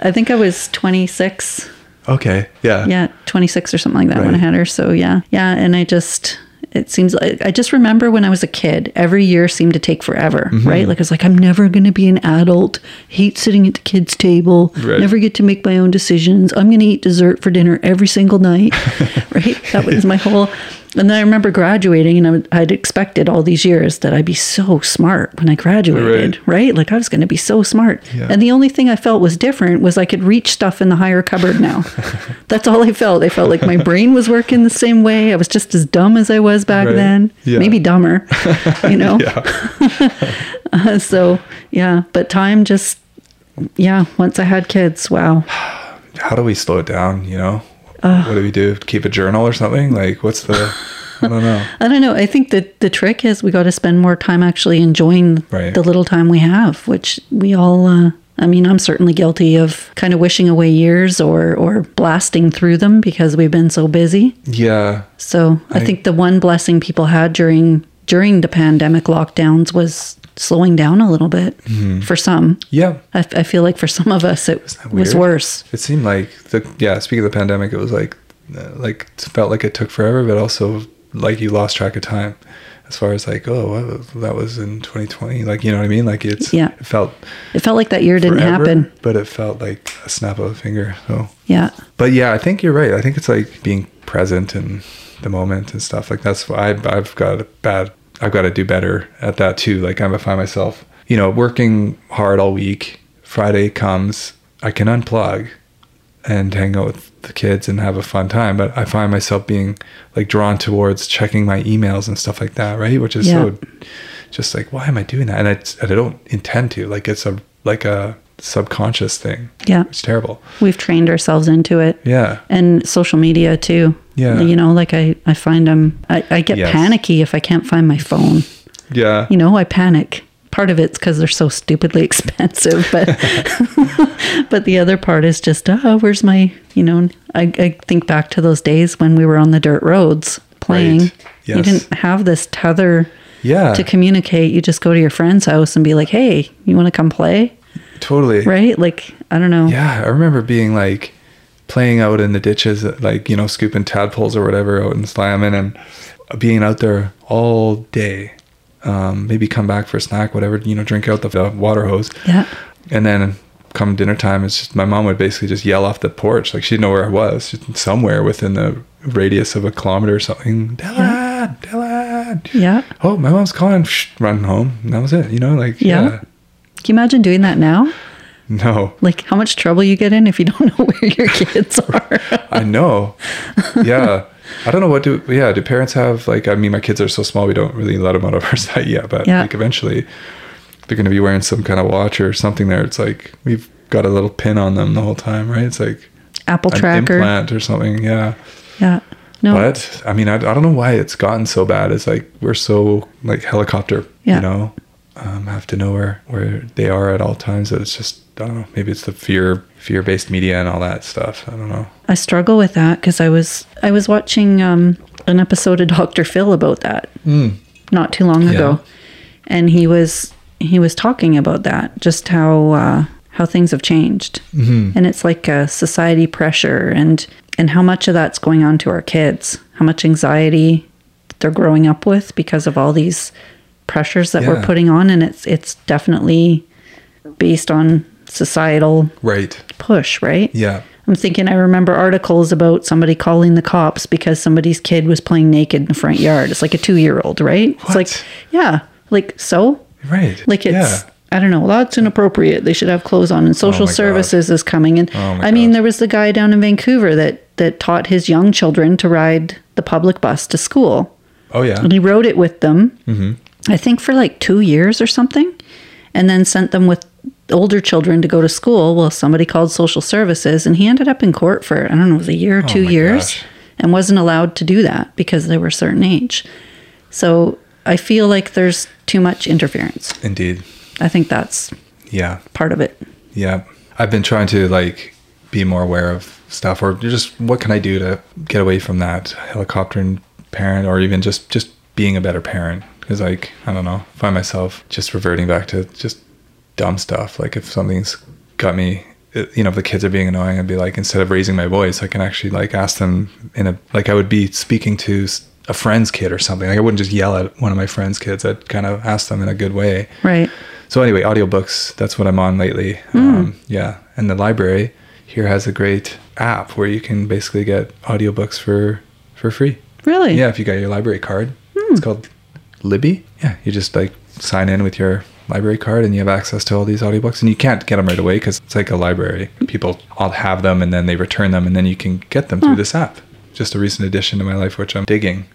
B: I think I was 26.
C: Okay,
B: Yeah, 26 or something like that when I
C: Right.
B: had her. So yeah, yeah. And I just, It seems like I just remember when I was a kid, every year seemed to take forever, right? Like I was like, I'm never going to be an adult. Hate sitting at the kids' table.
C: Right.
B: Never get to make my own decisions. I'm going to eat dessert for dinner every single night, right? That was my whole. And then I remember graduating, and I would, I'd expected all these years that I'd be so smart when I graduated, right? Like I was going to be so smart.
C: Yeah.
B: And the only thing I felt was different was I could reach stuff in the higher cupboard
C: *laughs*
B: now. That's all I felt. I felt like my brain was working the same way. I was just as dumb as I was back
C: Right.
B: then,
C: Yeah.
B: maybe dumber, you know?
C: *laughs*
B: Uh, *laughs*
C: Yeah.
B: So, yeah, but time just, yeah, once I had kids, wow.
C: How do we slow it down? You know, what do we do? Keep a journal or something? Like, what's
B: *sighs*
C: the? I don't know.
B: I don't know. I think that the trick is we got to spend more time actually enjoying
C: Right.
B: the little time we have, which we all. Uh, I mean, I'm certainly guilty of kind of wishing away years or or blasting through them because we've been so busy.
C: Yeah.
B: So I,
C: I-
B: think the one blessing people had during during the pandemic lockdowns was slowing down a little bit for some.
C: Yeah.
B: I, f- I feel like for some of us it
C: Mm-hmm. that
B: was
C: weird?
B: worse.
C: It seemed like the yeah. Speaking of the pandemic, it was like uh, like it felt like it took forever, but also like you lost track of time as far as like oh wow, that was in 2020. Like you know what I mean? Like it's
B: Yeah.
C: It felt
B: It felt like that year didn't
C: forever,
B: happen.
C: but it felt like a snap of a finger. So.
B: Yeah.
C: But yeah, I think you're right. I think it's like being present in the moment and stuff. Like that's why I, I've got a bad. I've got to do better at that too. Like I'm gonna find myself, you know, working hard all week. Friday comes, I can unplug and hang out with the kids and have a fun time. But I find myself being like drawn towards checking my emails and stuff like that, right? Which is so just like, why am I doing that? And I, and I don't intend to. Like it's a like a subconscious thing.
B: Yeah.
C: It's terrible.
B: We've trained ourselves into it.
C: Yeah.
B: and social media too.
C: Yeah.
B: You know, like I, I find I'm, I, I get
C: Yes.
B: panicky if I can't find my phone.
C: Yeah.
B: You know, I panic. Part of it's because they're so stupidly *laughs* expensive,
C: *laughs*
B: but but the other part is just, oh, where's my, you know, I, I think back to those days when we were on the dirt roads playing. You
C: Right. Yes. Ah.
B: didn't have this tether
C: Yeah,
B: to communicate. You just go to your friend's house and be like, hey, you want to come play?
C: totally.
B: Right? Like, I don't know.
C: Yeah, I remember being like playing out in the ditches, like you know, scooping tadpoles or whatever out and slamming, and being out there all day. Um, maybe come back for a snack, whatever. You know, drink out the, the water hose,
B: Yeah.
C: and then come dinner time, it's just my mom would basically just yell off the porch, like she didn't know where I was, She's somewhere within the radius of a kilometer or something. Della, Della.
B: Yeah.
C: Oh, my mom's calling. Run home. And that was it. You know, like
B: Yeah.
C: yeah.
B: Can you imagine doing that now?
C: No.
B: like how much trouble you get in if you don't *laughs* know where your kids
C: *laughs*
B: are.
C: I know. Yeah. I don't know what do yeah, do parents have like I mean my kids are so small we don't really let them out of our *laughs* sight yet, but
B: Yeah.
C: like eventually they're going to be wearing some kind of watch or something there. It's like we've got a little pin on them the whole time, right? It's like
B: Apple
C: an
B: tracker. Oh.
C: implant or something. Yeah.
B: Yeah. No.
C: But I mean I, I don't know why it's gotten so bad. It's like we're so like helicopter,
B: Yeah.
C: you know. Um, have to know where where they are at all times. It's just I don't know. Maybe it's the fear fear based media and all that stuff. I don't know.
B: I struggle with that because I was I was watching um, an episode of *laughs* Doctor Phil about that not too long ago, and he was he was talking about that just how uh, how things have changed, mm-hmm. and it's like a society pressure and and how much of that's going on to our kids, how much anxiety they're growing up with because of all these pressures that we're
C: Yeah.
B: putting on, and it's it's definitely based on societal
C: Right.
B: push, right?
C: Yeah.
B: I'm thinking I remember articles about somebody calling the cops because somebody's kid was playing naked in the front yard. It's like a two year old, right? It's
C: What?
B: like, yeah, like so?
C: Right.
B: Like it's, I don't know, that's inappropriate. They should have clothes on. And social
C: Oh my God.
B: services is coming. And
C: my
B: I mean,
C: God.
B: there was the guy down in Vancouver that, that taught his young children to ride the public bus to school.
C: Oh yeah.
B: And he rode it with them,
C: Mm-hmm.
B: I think for like two years or something, and then sent them with older children to go to school. Well, somebody called social services, and he ended up in court for, I don't know, it was a year or two
C: Oh my
B: years
C: gosh.
B: and wasn't allowed to do that because they were a certain age. So I feel like there's too much interference.
C: Indeed.
B: I think that's
C: Yeah.
B: part of it.
C: Yeah. I've been trying to like be more aware of stuff or just what can I do to get away from that helicoptering parent or even just just being a better parent because like I don't know, find myself just reverting back to just dumb stuff. Like if something's got me it- you know, if the kids are being annoying, I'd be like, instead of raising my voice, I can actually like ask them in a like I would be speaking to s- a friend's kid or something. Like I wouldn't just yell at one of my friend's kids. I'd kind of ask them in a good way.
B: Right.
C: So anyway, audiobooks, that's what I'm on lately. Um, yeah. And the library here has a great app where you can basically get audiobooks for for free.
B: Really?
C: Yeah, if you got your library card. It's called Libby. Yeah, you just like sign in with your library card and you have access to all these audiobooks and you can't get them right away cuz it's like a library. People all have them and then they return them and then you can get them through this app. Just a recent addition to my life which I'm digging.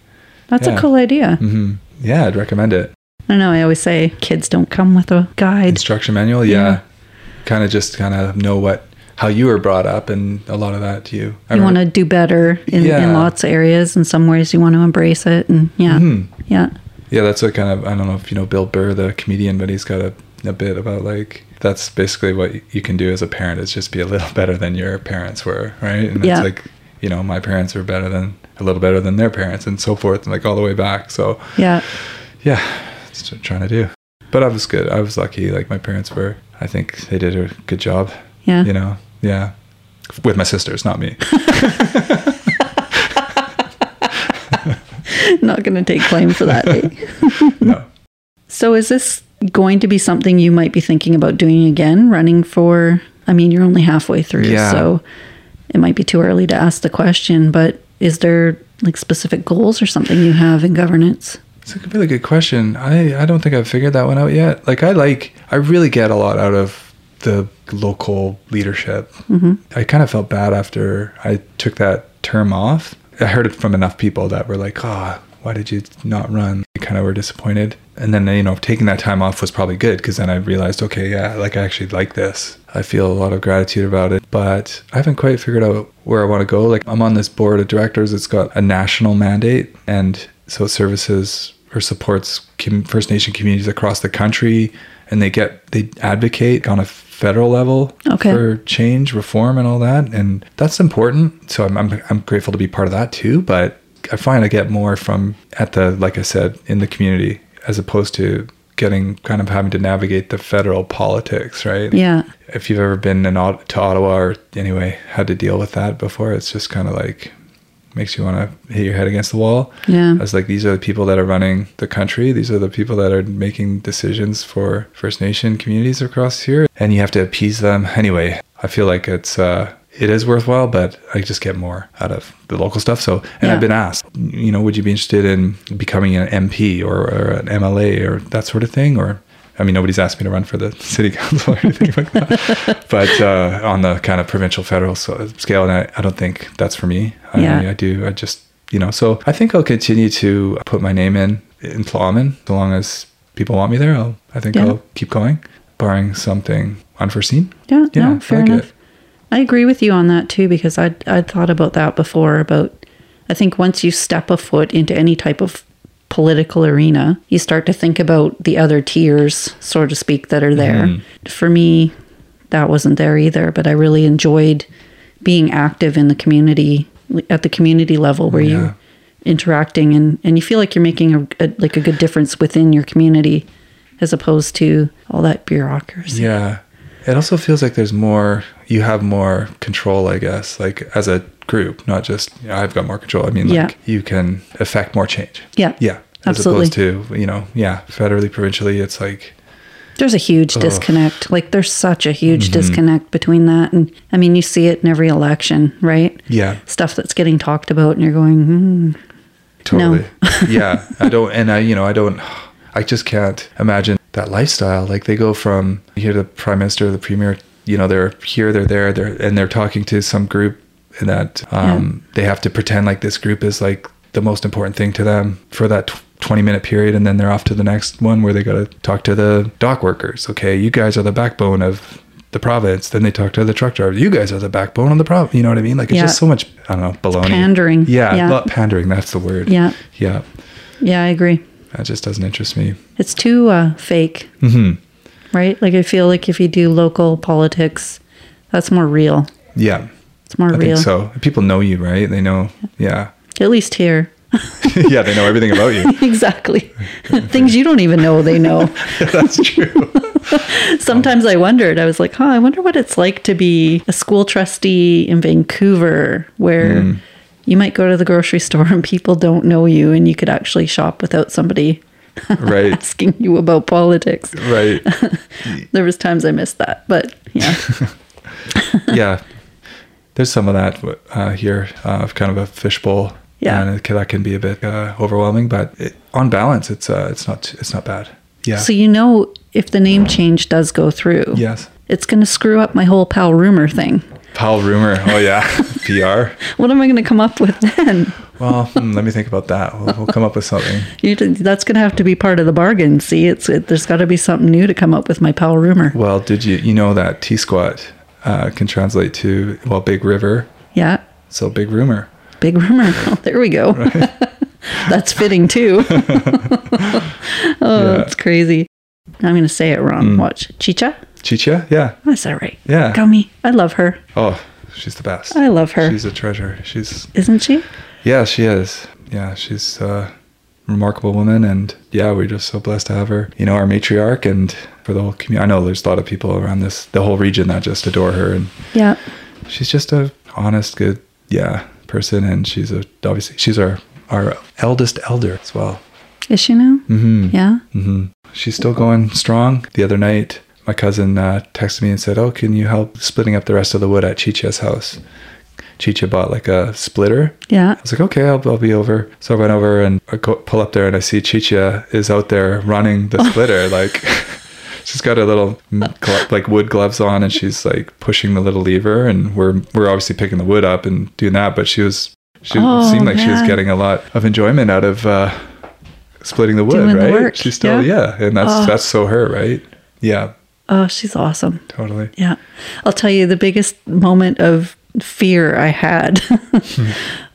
B: That's a
C: Yeah.
B: cool idea.
C: hmm Yeah, I'd recommend it.
B: I don't know. I always say kids don't come with a guide.
C: instruction manual yeah, kind of just kind of know what how you were brought up and a lot of that to you I
B: You want
C: remember-
B: to do better in, in
C: Yeah.
B: lots of areas, and some ways you want to embrace it. And yeah, yeah,
C: Hmm. yeah that's what kind of i don't know if you know bill burr the comedian but he's got a, a bit about like that's basically what you can do as a parent is just be a little *laughs* better than your parents were right and
B: Yeah.
C: it's like you know my parents were better than a little better than their parents and so forth and like all the way back so
B: yeah.
C: yeah that's what i'm trying to do but i was good i was lucky like my parents were i think they did a good job
B: Yeah. *laughs*
C: you know yeah with my sisters not me
B: Not going to take claim for that. eh?
C: *laughs* no
B: *laughs* so, is this going to be something you might be thinking about doing again? Running for, I mean, you're only halfway through,
C: Yeah.
B: so it might be too early to ask the question. But is there like specific goals or something you have in governance?
C: It's a really good question. I, I don't think I've figured that one out yet. Like I like I really get a lot out of the local leadership. I kind of felt bad after I took that term off. I heard it from enough people that were like, "Ah, why did you not run?" They kind of were disappointed. And then you know, taking that time off was probably good because then I realized, okay, yeah, like I actually like this. I feel a lot of gratitude about it, but I haven't quite figured out where I want to go. Like I'm on this board of directors. It's got a national mandate, and so it services or supports com- First Nation communities across the country, and they get they advocate on a federal level
B: Okay.
C: for change, reform, and all that, and that's important. So I'm, I'm I'm grateful to be part of that too. But I find I get more from at the like I said in the community as opposed to getting kind of having to navigate the federal politics, right?
B: Yeah,
C: If you've ever been in, Ot- to Ottawa or anyway had to deal with that before, it's just kind of like makes you want to hit your head against the wall.
B: yeah.
C: I was like, these are the people that are running the country. These are the people that are making decisions for First Nation communities across here, and you have to appease them. Anyway, I feel like it's uh, it is worthwhile, but I just get more out of the local stuff. So, and
B: Yeah.
C: I've been asked, you know, would you be interested in becoming an MP or, or an MLA or that sort of thing, or I mean, nobody's asked me to run for the *laughs* city council or anything
B: *laughs*
C: like that, but uh, on the kind of provincial federal so- scale, and I, I don't think that's for me. I,
B: Yeah.
C: I do. I just, you know, so I think I'll continue to put my name in in Plowman. So long as people want me there, I'll, I think
B: Yeah.
C: I'll keep going, barring something unforeseen.
B: Yeah,
C: Yeah,
B: no,
C: I
B: fair
C: like
B: enough.
C: it.
B: I agree with you on that too because I would I'd thought about that before about I think once you step a foot into any type of political arena, you start to think about the other tiers, so to speak, that are there.
C: Mm-hmm.
B: For me, that wasn't there either, but I really enjoyed being active in the community at the community level where
C: Yeah.
B: you're interacting and, and you feel like you're making a, a like a good difference within your community as opposed to all that bureaucracy.
C: Yeah. It also feels like there's more, you have more control, I guess, like as a group, not just you know, I've got more control. I mean,
B: Yeah.
C: like you can affect more change.
B: Yeah.
C: Yeah. As
B: Absolutely.
C: opposed to, you know, yeah, federally, provincially, it's like,
B: There's a huge disconnect. Like there's such a huge
C: Mm-hmm.
B: disconnect between that and I mean you see it in every election, right?
C: yeah,
B: Stuff that's getting talked about and you're going, hmm,
C: totally.
B: *laughs*
C: yeah. I don't, and I, you know, I don't, I just can't imagine that lifestyle. Like they go from here to the prime minister, the premier, you know, they're here, they're there, they're, and they're talking to some group and that um, they have to pretend like this group is like the most important thing to them for that tw 20 minute period. And then they're off to the next one where they got to talk to the dock workers. Okay. You guys are the backbone of the province. Then they talk to the truck drivers. You guys are the backbone of the province. You know what I mean? Like it's
B: Yeah.
C: just so much, I don't know, baloney.
B: pandering.
C: Yeah.
B: Yeah.
C: Not pandering. That's the word.
B: Yeah.
C: Yeah.
B: Yeah, I agree.
C: That just doesn't interest me.
B: It's too uh, fake. Mm-hmm. Right? Like I feel like if you do local politics, that's more real.
C: Yeah.
B: It's more
C: I
B: real.
C: think so. People know you, right? They know. Yeah.
B: At least here. *laughs*
C: yeah. *laughs* They know everything about you. *laughs*
B: exactly. Things you don't even know they know.
C: That's true.
B: Sometimes I wondered. I was like, huh, I wonder what it's like to be a school trustee in Vancouver where You might go to the grocery store and people don't know you, and you could actually shop without somebody
C: Right.
B: asking you about politics.
C: right.
B: *laughs* There was times I missed that, but yeah,
C: yeah, there's some of that uh, here uh, of kind of a fishbowl.
B: Yeah.
C: and it can, that can be a bit uh, overwhelming, but it, on balance, it's uh, it's not it's not bad. Yeah.
B: So you know, if the name change does go through,
C: yes.
B: it's going to screw up my whole pal rumor thing.
C: Powell rumor. Oh yeah. *laughs* PR.
B: What am I going to come up with *laughs* then?
C: Well, hmm, let me think about that. We'll, we'll come up with something.
B: You, that's going to have to be part of the bargain. See, it's it, there's got to be something new to come up with my pal rumor.
C: Well, did you you know that T squat uh, can translate to well big river,
B: Yeah,
C: so big rumor.
B: big rumor. *laughs* Oh, there we go. *laughs* that's fitting too.
C: *laughs*
B: oh,
C: Yeah.
B: it's crazy. I'm going to say it wrong. Watch, Chicha.
C: Chicha. Yeah.
B: Is that right?
C: Yeah.
B: Gummy. I love her.
C: Oh, she's the best.
B: I love her.
C: She's a treasure. She's
B: Isn't she?
C: Yeah, she is. Yeah, she's a remarkable woman, and yeah, we're just so blessed to have her. You know, our matriarch, and for the whole community. I know there's a lot of people around this, the whole region, that just adore her, and
B: Yeah.
C: she's just a honest, good, yeah, person, and she's a obviously she's our our eldest elder as well.
B: Is she now? Mm-hmm. Yeah.
C: hmm She's still going strong. The other night. My cousin uh, texted me and said, "Oh, can you help splitting up the rest of the wood at Chicha's house?" Chicha bought like a splitter,
B: Yeah.
C: I was like, okay, I'll, I'll be over. So I went over and I go, pull up there and I see Chicha is out there running
B: Oh.
C: the splitter. like, *laughs* she's got her little mm, glo- like wood gloves on and she's like pushing the little lever. And we're we're obviously picking the wood up and doing that. But she was she
B: Oh,
C: seemed like she was
B: man.
C: getting a lot of enjoyment out of uh, splitting the wood.
B: Doing the
C: right?
B: work,
C: She's still
B: yeah.
C: yeah, and that's that's so her, right? Yeah,
B: Oh, she's awesome.
C: totally.
B: Yeah. I'll tell you the biggest moment of fear I
C: *laughs*
B: had *laughs*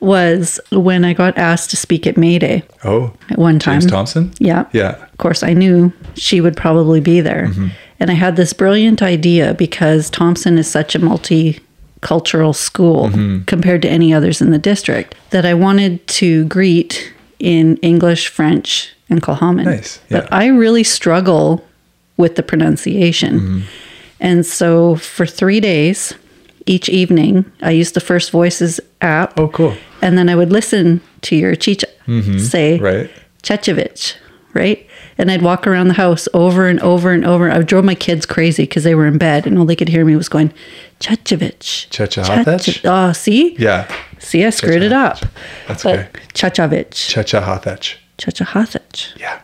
B: was when I got asked to speak at May Day
C: Oh,
B: at one time.
C: James Thompson.
B: Yeah.
C: Yeah,
B: Of course, I knew she would probably be there.
C: Mm-hmm.
B: And I had this brilliant idea because Thompson is such a multicultural school
C: Mm-hmm.
B: compared to any others in the district that I wanted to greet in English, French, and Kalhaman.
C: Nice,
B: But
C: yeah.
B: I really struggle with the pronunciation.
C: Mm-hmm.
B: And so for three days, each evening, I used the First Voices app.
C: Oh, cool.
B: And then I would listen to your chicha say,
C: Mm-hmm. right.
B: Chechevich, right? And I'd walk around the house over and over and over. I drove my kids crazy because they were in bed and all they could hear me was going, Chechevich.
C: Chechehovich?
B: Cheche- Oh, see?
C: Yeah,
B: See, I screwed it up.
C: that's
B: But
C: okay.
B: Chechavich,
C: Checha Hothach.
B: Chechehovich.
C: Yeah.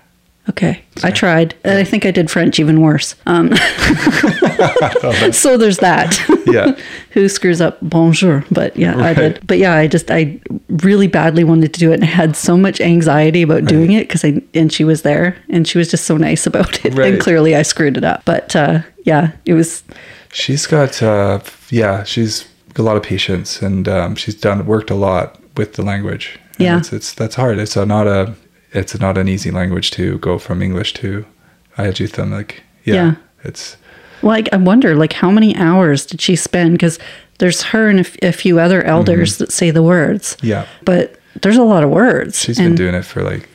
B: Okay. I tried. And I think I did French even worse.
C: *laughs*
B: Um, *laughs* so there's that.
C: Yeah.
B: *laughs* Who screws up bonjour? But yeah, I did.
C: Right.
B: But yeah, I just, I really badly wanted to do it and I had so much anxiety about doing it because I, and she was there and she was just so nice about it.
C: Right.
B: And clearly I screwed it up. But uh, yeah, it was,
C: She's got, uh, yeah, she's got a lot of patience, and um, she's done worked a lot with the language. And
B: Yeah.
C: it's, it's that's hard. It's a, not a, it's not an easy language to go from English to Ayajitham. Like, yeah,
B: Yeah.
C: it's
B: like, I wonder, like, how many hours did she spend? Because there's her and a, f- a few other elders
C: Mm-hmm.
B: that say the words.
C: yeah.
B: But there's a lot of words.
C: She's
B: and
C: been doing it for like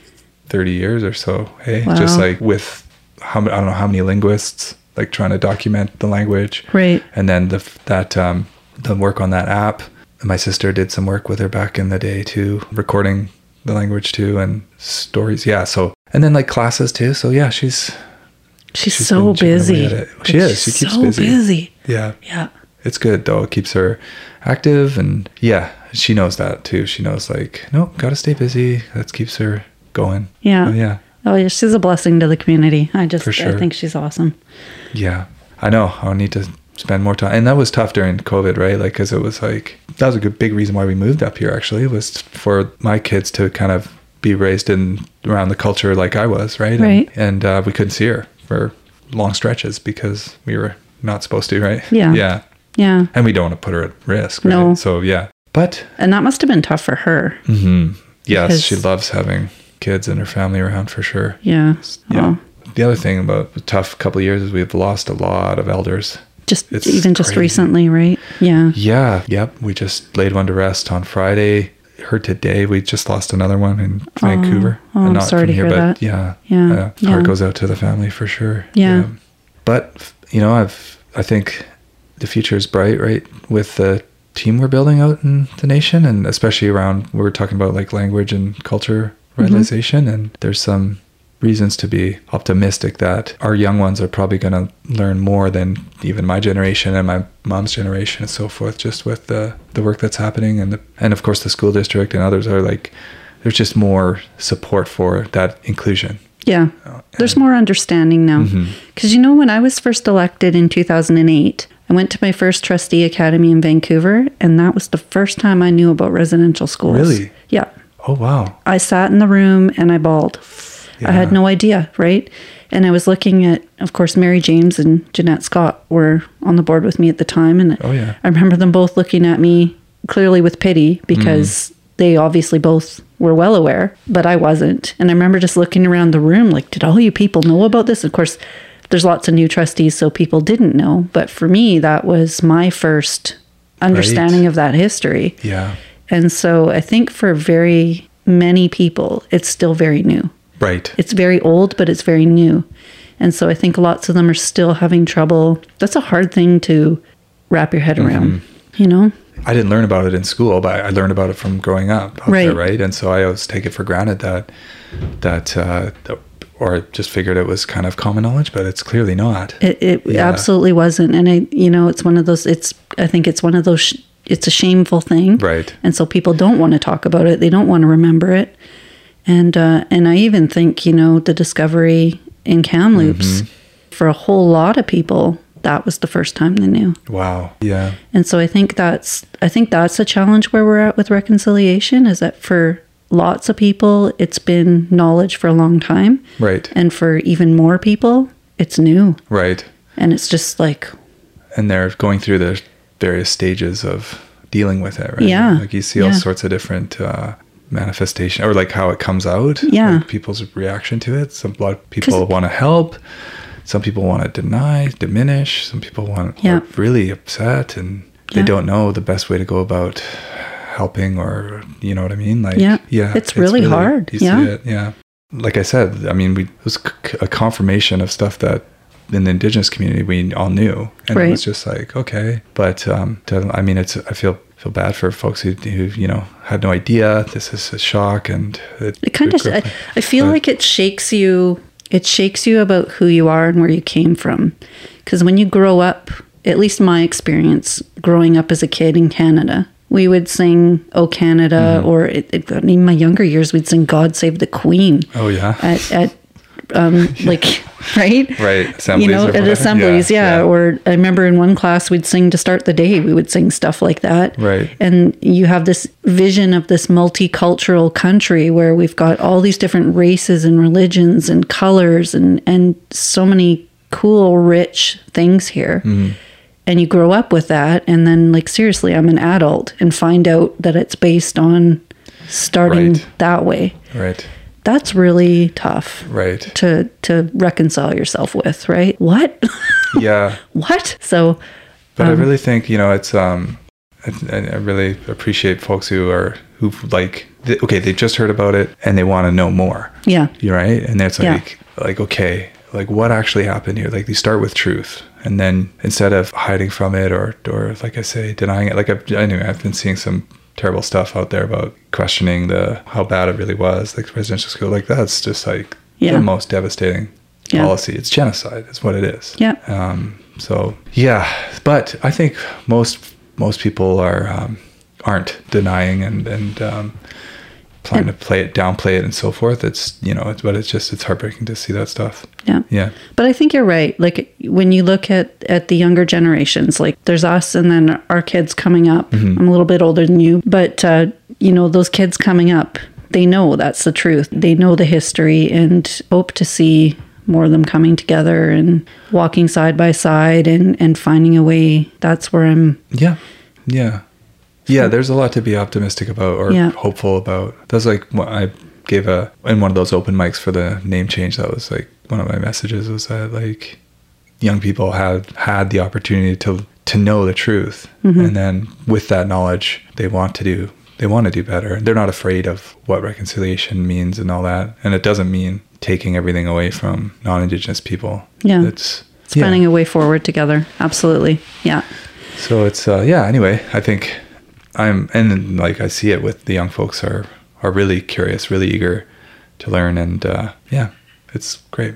C: thirty years or so. Hey,
B: Wow.
C: just like with how ma- I don't know how many linguists like trying to document the language.
B: Right.
C: and then the f- that um, the work on that app. And My sister did some work with her back in the day too, recording the language too and stories. Yeah, so and then like classes too. So yeah, she's
B: She's,
C: She's
B: so
C: been chipping away
B: busy.
C: at it. She is. She keeps
B: so
C: busy.
B: busy.
C: yeah,
B: Yeah.
C: it's good though. It keeps her active and yeah, she knows that too. She knows like nope, gotta stay busy. That keeps her going.
B: Yeah.
C: Oh, yeah,
B: Oh yeah, she's a blessing to the community. I just
C: For
B: I
C: sure.
B: think she's awesome.
C: yeah. I know. I'll need to spend more time. And that was tough during COVID, right? Like, because it was like that was a good big reason why we moved up here. Actually, was for my kids to kind of be raised in around the culture like I was, right?
B: Right.
C: And, and uh, we couldn't see her for long stretches because we were not supposed to, right?
B: Yeah.
C: Yeah.
B: Yeah.
C: And we don't want to put her at risk. Right?
B: No.
C: So yeah. But
B: And that must have been tough for her.
C: yes,
B: Because-
C: she loves having kids and her family around for sure.
B: Yeah.
C: Yeah.
B: Oh,
C: The other thing about the tough couple of years is we've lost a lot of elders.
B: just
C: It's
B: even just
C: crazy.
B: recently, right? Yeah.
C: Yeah. Yep. We just laid one to rest on Friday. Heard today we just lost another one in Vancouver.
B: oh,
C: And
B: I'm sorry to hear that.
C: yeah.
B: Yeah,
C: Uh, heart
B: yeah.
C: goes out to the family for sure.
B: Yeah.
C: But you know, I've I think the future is bright, right? With the team we're building out in the nation, and especially around we are talking about like language and culture realization, and there's some reasons to be optimistic that our young ones are probably going to learn more than even my generation and my mom's generation and so forth just with the the work that's happening and the, and of course the school district and others are like there's just more support for that inclusion
B: Yeah.
C: Oh,
B: There's more understanding now.
C: Mm-hmm.
B: Because you know, when I was first elected in 2008, I went to my first trustee academy in Vancouver, and that was the first time I knew about residential schools.
C: Really?
B: Yeah.
C: oh wow
B: I sat in the room and I bawled. I had no idea, right? And I was looking at, of course, Mary James and Jeanette Scott were on the board with me at the time. And
C: Oh, yeah.
B: I remember them both looking at me clearly with pity because
C: Mm-hmm.
B: they obviously both were well aware, but I wasn't. And I remember just looking around the room like, did all you people know about this? Of course, there's lots of new trustees, so people didn't know. But for me, that was my first understanding of that history.
C: yeah
B: And so I think for very many people, it's still very new.
C: right
B: It's very old, but it's very new. And so I think lots of them are still having trouble. That's a hard thing to wrap your head around, you know?
C: I didn't learn about it in school, but I learned about it from growing up, out there,
B: Right.
C: right? And so I always take it for granted that that, uh, th- or I just figured it was kind of common knowledge, but it's clearly not.
B: It, it
C: Yeah.
B: absolutely wasn't. And I, you know, it's one of those, it's, I think it's one of those, sh- it's a shameful thing.
C: Right.
B: And so people don't want to talk about it. They don't want to remember it. And, uh, and I even think, you know, the discovery in Kamloops
C: Mm-hmm.
B: for a whole lot of people, that was the first time they knew.
C: Wow. Yeah.
B: And so I think that's I think that's a challenge where we're at with reconciliation is that for lots of people it's been knowledge for a long time
C: Right.
B: and for even more people it's new
C: right.
B: and it's just like
C: And they're going through their various stages of dealing with it, right?
B: Yeah.
C: Like you see all
B: Yeah.
C: sorts of different uh, manifestation, or like how it comes out.
B: Yeah.
C: like people's reaction to it. Some a lot of people want to help. Some people want to deny, diminish. Some people want
B: Yeah.
C: are really upset, and they
B: Yeah.
C: don't know the best way to go about helping, or you know what I mean? Like,
B: Yeah. It's really hard.
C: You see
B: Yeah.
C: it, yeah. Like I said, I mean, we, it was c- a confirmation of stuff that in the indigenous community we all knew, and
B: Right.
C: it was just like okay. But um, to, I mean, it's I feel feel bad for folks who, who you know had no idea. This is a shock, and
B: it kind of I, I feel like it shakes you it shakes you about who you are and where you came from because when you grow up at least my experience growing up as a kid in canada we would sing oh canada or it, it, in my younger years we'd sing god save the queen
C: Oh yeah,
B: at, at
C: *laughs*
B: um, like right
C: right. Assemblies
B: you know
C: or
B: at
C: whatever.
B: assemblies yeah, or i remember in one class we'd sing to start the day we would sing stuff like that
C: Right.
B: and you have this vision of this multicultural country where we've got all these different races and religions and colors and and so many cool rich things here
C: Mm-hmm.
B: and you grow up with that and then like seriously i'm an adult and find out that it's based on starting
C: Right.
B: that way
C: right,
B: that's really tough *laughs*
C: right.
B: to to reconcile yourself with, right? What? *laughs*
C: Yeah.
B: what? So
C: But
B: Um.
C: I really think you know it's um, I, I really appreciate folks who are who like th- okay they've just heard about it and they want to know more.
B: yeah.
C: You're right, and that's
B: Yeah.
C: like like okay like what actually happened here like you start with truth and then instead of hiding from it or or like i say denying it like I've, anyway i've been seeing some terrible stuff out there about questioning the how bad it really was like residential school like that's just like
B: Yeah.
C: the most devastating
B: Yeah.
C: policy it's genocide it's what it is
B: Yeah.
C: um, so yeah, but I think most most people are um, aren't denying and and um, planning to play it, downplay it, and so forth. It's you know, it's, but it's just it's heartbreaking to see that stuff.
B: Yeah.
C: Yeah,
B: But I think you're right. Like when you look at at the younger generations, like there's us and then our kids coming up. I'm a little bit older than you, but uh, you know those kids coming up, they know that's the truth. They know the history, and hope to see more of them coming together and walking side by side and and finding a way. That's where I'm.
C: yeah, yeah, yeah. There's a lot to be optimistic about or
B: Yeah.
C: hopeful about. That's like what I gave a in one of those open mics for the name change. That was like one of my messages was that like young people have had the opportunity to to know the truth
B: Mm-hmm.
C: and then with that knowledge they want to do they want to do better they're not afraid of what reconciliation means and all that and it doesn't mean taking everything away from non-indigenous people
B: Yeah.
C: it's,
B: It's finding a way forward together. Absolutely. Yeah.
C: so it's uh, yeah anyway i think I'm and then, like I see it with the young folks are are really curious, really eager to learn, and uh, yeah, it's great.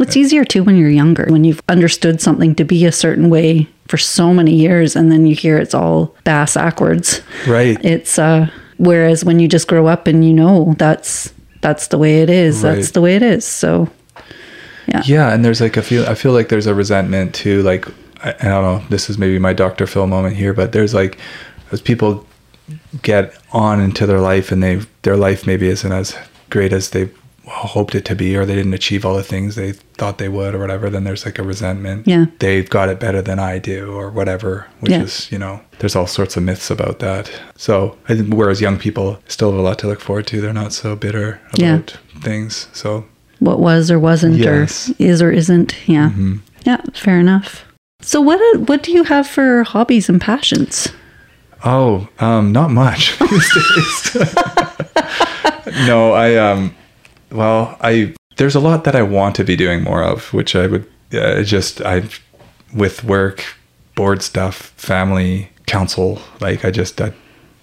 B: It's easier too when you're younger, when you've understood something to be a certain way for so many years and then you hear it's all bass backwards.
C: Right.
B: It's uh whereas when you just grow up and you know that's that's the way it is, that's
C: Right.
B: the way it is. So
C: Yeah, and there's like a feel. I feel like there's a resentment too. Like I, I don't know. This is maybe my Dr. Phil moment here, but there's like as people get on into their life and they their life maybe isn't as great as they hoped it to be, or they didn't achieve all the things they thought they would, or whatever. Then there's like a resentment.
B: Yeah.
C: they've got it better than I do, or whatever. Which
B: Yeah.
C: is you know there's all sorts of myths about that. So I think whereas young people still have a lot to look forward to, they're not so bitter about
B: Yeah.
C: things. So
B: what was or wasn't
C: Yes. Mm-hmm.
B: or is or isn't. Yeah. Yeah, fair enough. So what uh, what do you have for hobbies and passions?
C: Oh, um, not much *laughs* these days. *laughs* no, I um, well, I there's a lot that I want to be doing more of, which I would uh, just I with work, board stuff, family, council, like I just I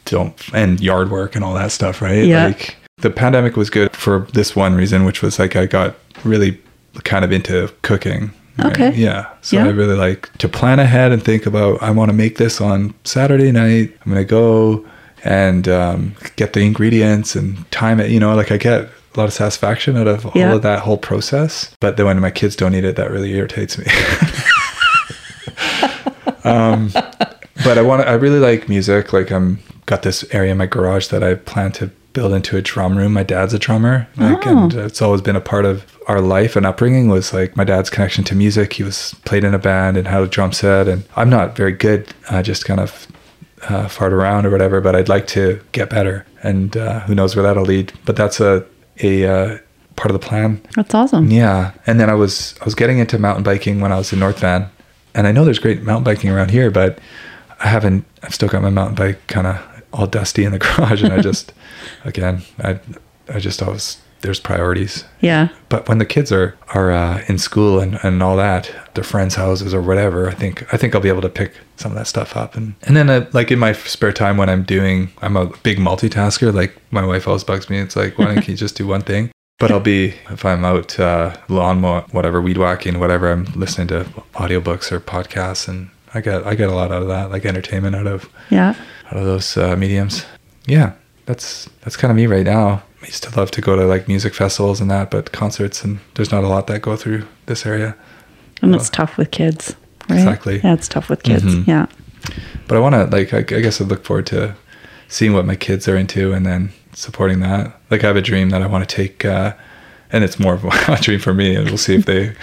C: don't and yard work and all that stuff, right?
B: Yeah.
C: Like the pandemic was good for this one reason, which was like I got really kind of into cooking. right?
B: Okay.
C: Yeah. So
B: Yeah.
C: I really like to plan ahead and think about I want to make this on Saturday night. I'm gonna go and um, get the ingredients and time it. You know, like I get a lot of satisfaction out of
B: Yeah.
C: all of that whole process. But then when my kids don't eat it, that really irritates me. but I want. to I really like music. Like I'm got this area in my garage that I plan to build into a drum room. My dad's a drummer, like, and it's always been a part of our life and upbringing. Was like my dad's connection to music. He was played in a band and had a drum set. And I'm not very good. I just kind of uh, fart around or whatever. But I'd like to get better. And uh, who knows where that'll lead? But that's a a uh, part of the plan.
B: That's awesome.
C: Yeah, and then I was I was getting into mountain biking when I was in North Van, and I know there's great mountain biking around here, but I haven't. I've still got my mountain bike kind of all dusty in the *laughs* garage, and I just, again, I I just always there's priorities.
B: Yeah.
C: But when the kids are are uh, in school and, and all that, their friends' houses or whatever, I think I think I'll be able to pick some of that stuff up. And and then uh, like in my spare time when I'm doing, I'm a big multitasker. Like my wife always bugs me. It's like why don't you just do one thing? But I'll be if I'm out uh, lawn mow, whatever, weed whacking, whatever. I'm listening to audiobooks or podcasts, and I get I get a lot out of that, like entertainment out of
B: Yeah.
C: out of those uh, mediums. Yeah, that's that's kind of me right now. I used to love to go to like music festivals and that, but concerts and there's not a lot that go through this area.
B: And it's tough with kids. Right?
C: Exactly.
B: Yeah, it's tough with kids.
C: Mhm.
B: Yeah.
C: But I want to like I, I guess I look forward to seeing what my kids are into and then supporting that. Like I have a dream that I want to take, uh, and it's more of *laughs* a dream for me. And we'll see
B: *laughs*
C: if they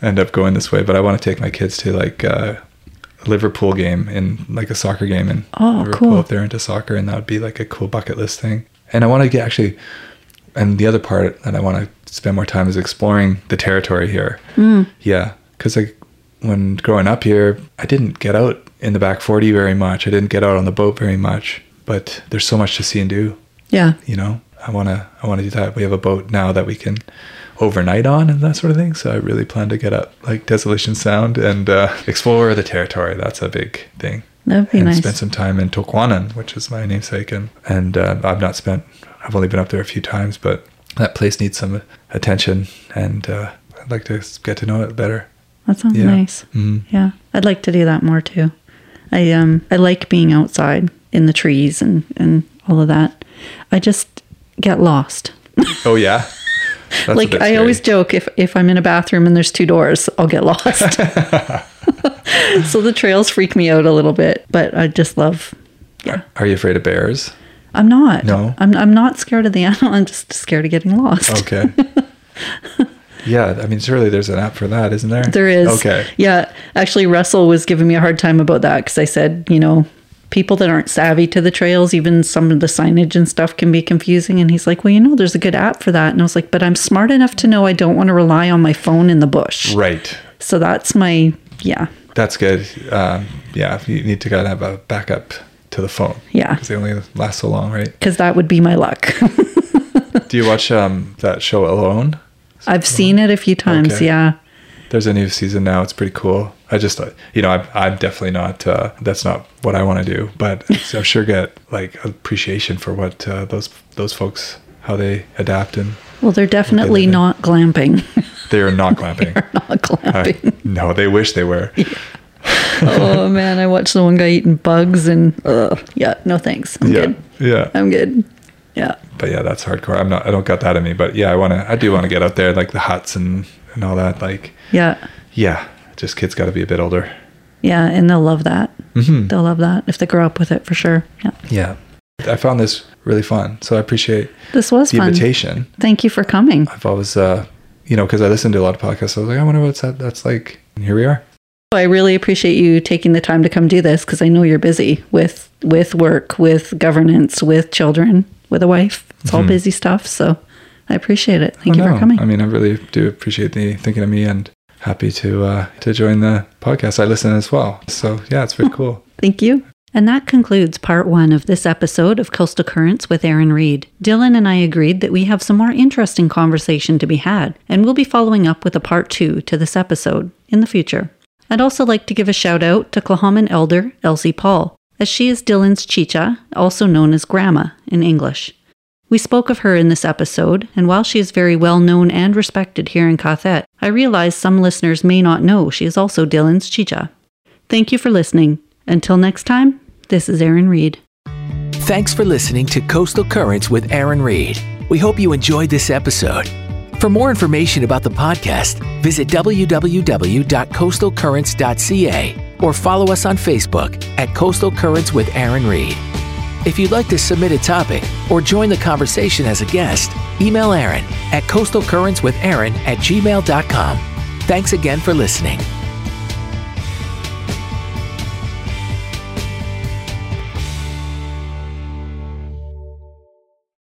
C: end up going this way. But I want to take my kids to like. Uh, a Liverpool game in like a soccer game in
B: Oh,
C: Liverpool
B: cool.
C: if they're into soccer, and that would be like a cool bucket list thing. And I want to get actually and the other part that I want to spend more time is exploring the territory here. Mm. Yeah, because like when growing up here, I didn't get out in the back forty very much. I didn't get out on the boat very much. But there's so much to see and do.
B: Yeah.
C: You know, I wanna I wanna do that. We have a boat now that we can overnight on and that sort of thing. So I really plan to get up like Desolation Sound and uh, *laughs* explore the territory. That's a big thing
B: That'd be
C: and
B: nice.
C: spent some time in Toquanan, which is my namesake, and and uh, I've not spent. I've only been up there a few times, but that place needs some attention, and uh, I'd like to s- get to know it better.
B: That sounds
C: Yeah.
B: nice.
C: Mm.
B: Yeah. I'd like to do that more too. I um I like being outside in the trees and and all of that. I just get lost.
C: Oh yeah, That's a
B: like
C: bit
B: I
C: scary.
B: always joke if if I'm in a bathroom and there's two doors, I'll get
C: *laughs*
B: lost. *laughs* so the trails freak me out a little bit, but I just love yeah.
C: Are you afraid of
B: *laughs*
C: bears?
B: I'm not.
C: No?
B: I'm I'm not scared of the *laughs* animal. I'm just scared of getting lost.
C: Okay. yeah, I mean, surely there's an app for that, isn't there?
B: There is.
C: Okay.
B: Yeah. Actually, Russell was giving me a hard time about that because I said, you know, people that aren't savvy to the trails, even some of the signage and stuff can be confusing. And he's like, well, you know, there's a good app for that. And I was like, but I'm smart enough to know I don't want to rely on my phone in the bush.
C: Right.
B: So that's my, yeah.
C: That's good. Um, yeah, you need to kind of have a backup to the phone.
B: Yeah.
C: Because they only last so long, right?
B: Because that would be my luck. *laughs*
C: Do you watch um, that show Alone?
B: I've seen it a few times.
C: Okay.
B: Yeah.
C: there's a new season now. It's pretty cool. I just, uh, you know, I'm, I'm definitely not, uh, that's not what I want to do, but I sure get like appreciation for what uh, those, those folks, how they adapt and
B: Well, they're definitely
C: then.
B: not glamping. *laughs*
C: they are not glamping.
B: they're not *laughs*
C: I-
B: glamping.
C: no, they wish they were.
B: oh man, I watched the one guy eating bugs and uh, yeah, no thanks. I'm
C: Yeah.
B: good.
C: Yeah.
B: I'm good. Yeah.
C: but yeah, that's hardcore. I'm not. I don't got that in me. But yeah, I want to. I do want to get out there, like the huts and and all that. Like,
B: Yeah.
C: yeah, just kids got to be a bit older.
B: Yeah, and they'll love that. They'll love that if they grow up with it for sure. Yeah.
C: Yeah, I found this really fun. So I appreciate
B: This was
C: the
B: fun.
C: invitation.
B: Thank you for coming.
C: I've always, uh, you know, because I listened to a lot of podcasts. I was like, I wonder what's that. That's like. And here we are.
B: Oh, I really appreciate you taking the time to come do this because I know you're busy with with work, with governance, with children, with a wife. It's all busy stuff. So I appreciate it. Thank
C: Mm-hmm. Oh,
B: you
C: no.
B: for coming.
C: I mean, I really do appreciate the thinking of me and happy to uh, to join the podcast. I listen as well. So yeah, it's
B: Hmm.
C: pretty cool.
B: Thank you. And that concludes part one of this episode of Coastal Currents with Aaron Reed. Dylan and I agreed that we have some more interesting conversation to be had, and we'll be following up with a part two to this episode in the future. I'd also like to give a shout out to Klahoman elder Elsie Paul, as she is Dylan's chicha, also known as grandma in English. We spoke of her in this episode, and while she is very well known and respected here in Cathet, I realize some listeners may not know she is also Dylan's chicha. Thank you for listening. Until next time, this is Erin Reed.
A: Thanks for listening to Coastal Currents with Aaron Reed. We hope you enjoyed this episode. For more information about the podcast, visit www.coastalcurrents.ca or follow us on Facebook at Coastal Currents with Aaron Reed. If you'd like to submit a topic or join the conversation as a guest, email Aaron at coastalcurrentswithaaren at gmail.com. Thanks again for listening.